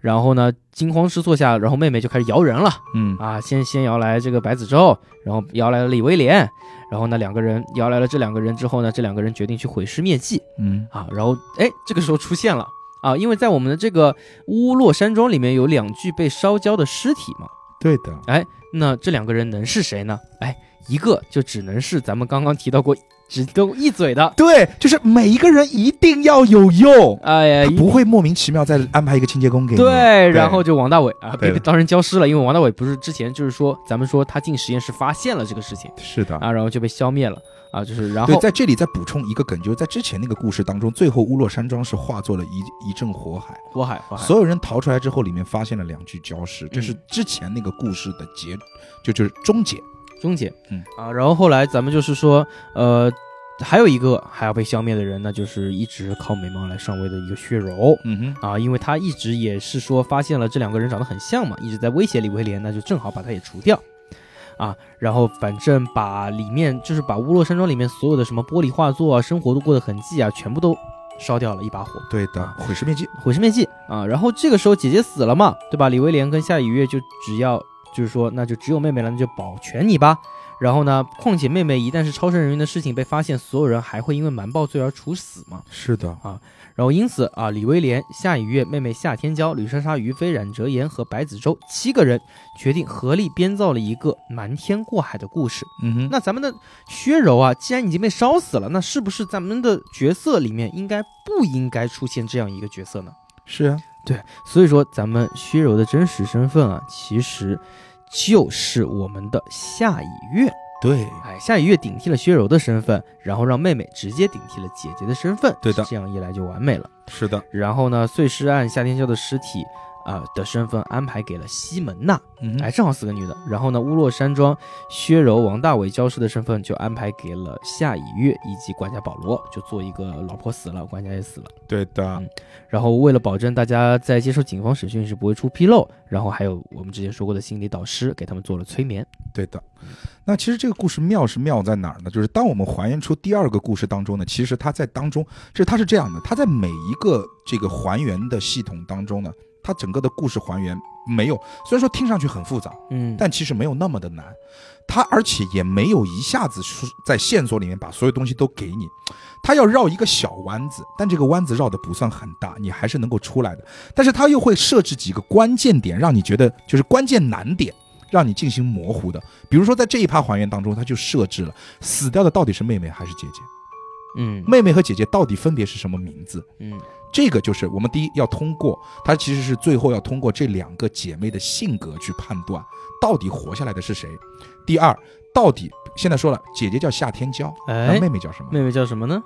A: 然后呢，惊慌失措下，然后妹妹就开始摇人了
B: 哼，嗯
A: 啊，先先摇来这个白子洲，然后摇来了李威廉，然后呢，两个人摇来了这两个人之后呢，这两个人决定去毁尸灭迹
B: 嗯
A: 啊，然后哎，这个时候出现了啊，因为在我们的这个乌洛山庄里面有两具被烧焦的尸体嘛，
B: 对的，
A: 那这两个人能是谁呢？哎，一个就只能是咱们刚刚提到过只都一嘴的，
B: 对，就是每一个人一定要有用，
A: 哎呀
B: 他，不会莫名其妙再安排一个清洁工给你，
A: 对，然后就王大伟啊，
B: 嗯对
A: 被
B: 的
A: 当成僵尸了，因为王大伟不是之前就是说，咱们说他进实验室发现了这个事情
B: 是的。
A: 啊，然后就被消灭了啊，就是然
B: 对，
A: 后
B: 在这里再补充一个梗，就是在之前那个故事当中，最后乌洛山庄是化作了一一阵火海，
A: 火海火海
B: 所有人逃出来之后，里面发现了两具焦尸，这是之前那个故事的结，就就是终结。
A: 终结，
B: 嗯
A: 啊，然后后来咱们就是说，呃，还有一个还要被消灭的人，那就是一直靠美貌来上位的一个血柔。
B: 嗯哼，
A: 啊，因为他一直也是说发现了这两个人长得很像嘛，一直在威胁李威廉，那就正好把他也除掉，啊，然后反正把里面就是把乌洛山庄里面所有的什么玻璃画作啊、生活过的痕迹啊，全部都烧掉了一把火，
B: 对的，毁尸灭迹。
A: 毁尸灭迹啊。然后这个时候姐姐死了嘛，对吧？李威廉跟夏雨月就只要就是说，那就只有妹妹了，那就保全你吧。然后呢，况且妹妹一旦是超生人员的事情被发现，所有人还会因为瞒报罪而处死嘛。
B: 是的，
A: 然后因此啊，李威廉、夏雨月、妹妹夏天娇、吕莎莎、于飞、冉哲言和白子洲七个人决定合力编造了一个瞒天过海的故事。
B: 嗯哼，
A: 那咱们的薛柔啊，既然已经被烧死了，那是不是咱们的角色里面应该不应该出现这样一个角色呢？
B: 是啊，
A: 对，所以说咱们薛柔的真实身份啊，其实就是我们的夏以月。
B: 对，
A: 哎，夏雨月顶替了薛柔的身份，然后让妹妹直接顶替了姐姐的身份。
B: 对的
A: 这样一来就完美了。
B: 是的，
A: 然后呢，碎尸案夏天娇的尸体。啊、的身份安排给了西门娜，
B: 嗯
A: 哎，
B: 哼，
A: 正好四个女的。然后呢，屋落山庄薛柔、王大伟教师的身份就安排给了夏以月以及管家保罗，就做一个老婆死了，管家也死了。
B: 对的，
A: 然后为了保证大家在接受警方审讯时不会出纰漏，然后还有我们之前说过的心理导师给他们做了催眠。
B: 对的。那其实这个故事妙是妙在哪儿呢？就是当我们还原出第二个故事当中呢，其实它在当中，这它是这样的，它在每一个这个还原的系统当中呢，它整个的故事还原没有，虽然说听上去很复杂，
A: 嗯
B: 但其实没有那么的难。它而且也没有一下子说在线索里面把所有东西都给你，它要绕一个小弯子，但这个弯子绕的不算很大，你还是能够出来的。但是它又会设置几个关键点，让你觉得就是关键难点，让你进行模糊的。比如说在这一趴还原当中，它就设置了死掉的到底是妹妹还是姐姐，
A: 嗯
B: 妹妹和姐姐到底分别是什么名字，
A: 嗯
B: 这个就是我们第一要通过，它其实是最后要通过这两个姐妹的性格去判断到底活下来的是谁。第二，到底现在说了，姐姐叫夏天娇，那
A: 哎，
B: 妹妹叫什么？
A: 妹妹叫什么呢？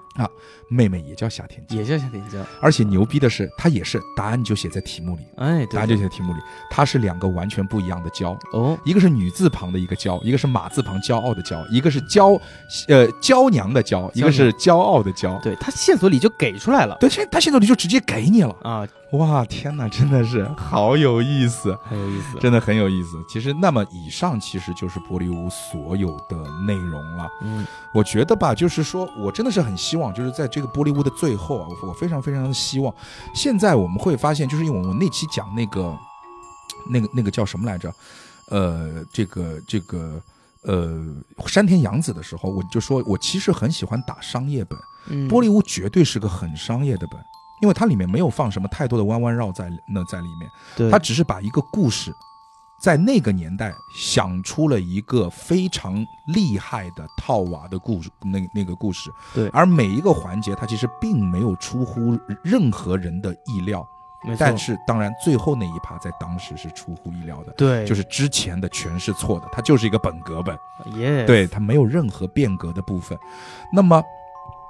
B: 妹妹也叫夏天娇，
A: 也叫夏天娇。
B: 而且牛逼的是，她也是答案就写在题目里，
A: 哎，
B: 答
A: 对
B: 案就
A: 对
B: 写在题目里，它是两个完全不一样的娇。
A: 哦，
B: 一个是女字旁的一个骄，一个是马字旁骄傲的骄，一个是骄，呃，娇娘的娇，一个
A: 嗯
B: 是骄傲的骄。
A: 对他线索里就给出来了
B: 对，现他现在就直接给你了，
A: 啊，
B: 哇，天哪，真的是好有意思。
A: 很有意思。
B: 真的很有意思。其实，那么以上其实就是玻璃屋所有的内容了。
A: 嗯
B: 我觉得吧，就是说我真的是很希望，就是在这个玻璃屋的最后啊，我我非常非常的希望，现在我们会发现，就是因为我们那期讲那个，那个那个叫什么来着？呃，这个这个呃，山田洋子的时候，我就说我其实很喜欢打商业本。
A: 嗯，
B: 玻璃屋绝对是个很商业的本，因为它里面没有放什么太多的弯弯绕在那在里面。
A: 对
B: 他只是把一个故事，在那个年代想出了一个非常厉害的套娃的故事，那那个故事。
A: 对
B: 而每一个环节，它其实并没有出乎任何人的意料，
A: 没错
B: 但是当然最后那一趴在当时是出乎意料的。
A: 对
B: 就是之前的全是错的，它就是一个本格本，
A: 耶
B: 对它没有任何变革的部分。那么，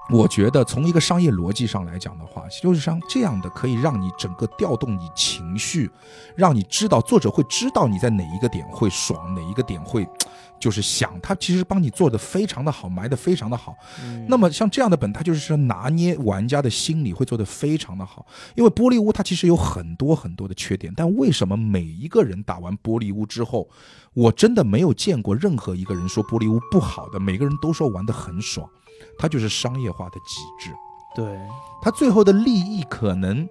B: 我觉得从一个商业逻辑上来讲的话，就是像这样的可以让你整个调动你情绪，让你知道作者会知道你在哪一个点会爽，哪一个点会就是想，他其实帮你做的非常的好，埋的非常的好。
A: 嗯
B: 那么像这样的本，它就是说拿捏玩家的心理会做得非常的好。因为玻璃屋它其实有很多很多的缺点，但为什么每一个人打完玻璃屋之后，我真的没有见过任何一个人说玻璃屋不好的，每个人都说玩得很爽，它就是商业化的极致。
A: 对
B: 它最后的利益可能。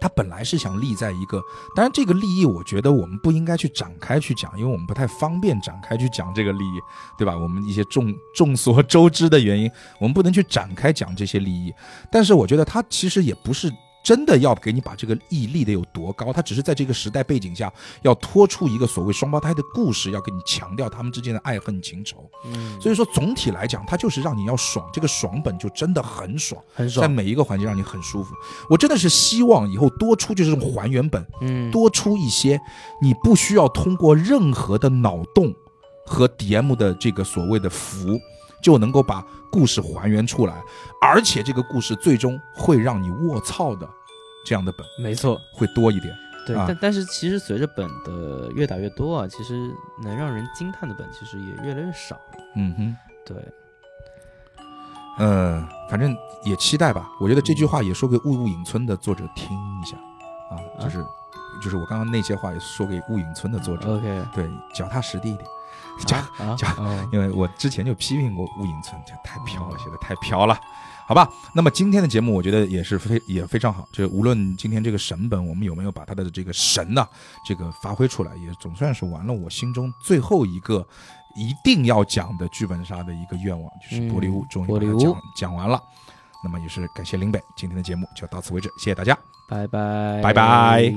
B: 它本来是想立在一个，当然这个利益，我觉得我们不应该去展开去讲，因为我们不太方便展开去讲这个利益，对吧？我们一些众 众所周知的原因，我们不能去展开讲这些利益。但是我觉得它其实也不是真的要给你把这个意立的有多高，它只是在这个时代背景下要拖出一个所谓双胞胎的故事，要给你强调他们之间的爱恨情仇。
A: 嗯
B: 所以说总体来讲，它就是让你要爽，这个爽本就真的很爽。
A: 很
B: 在
A: 爽
B: 每一个环节让你很舒服。我真的是希望以后多出就是这种还原本，
A: 嗯
B: 多出一些你不需要通过任何的脑洞和 DM 的这个所谓的符，就能够把故事还原出来，而且这个故事最终会让你卧槽的这样的本
A: 没错
B: 会多一点。
A: 对
B: 啊
A: 但但是其实随着本的越打越多啊，其实能让人惊叹的本其实也越来越少了
B: 嗯哼。
A: 对
B: 嗯，反正也期待吧。我觉得这句话也说给《雾雾影村》的作者听一下，啊，就是就是我刚刚那些话也说给《雾影村》的作者，
A: OK
B: 对，脚踏实地一点。 脚，
A: 啊啊
B: 讲
A: 哦
B: 因为我之前就批评过雾影村，这太飘了，写的太飘了，好吧？那么今天的节目，我觉得也是非也非常好。这无论今天这个神本，我们有没有把它的这个神呢、这个发挥出来，也总算是完了我心中最后一个一定要讲的剧本杀的一个愿望，就是
A: 嗯
B: 玻璃屋，终于把
A: 玻
B: 它
A: 璃屋
B: 讲讲完了。那么也是感谢林北，今天的节目就到此为止，谢谢大家。
A: 拜拜，
B: 拜拜。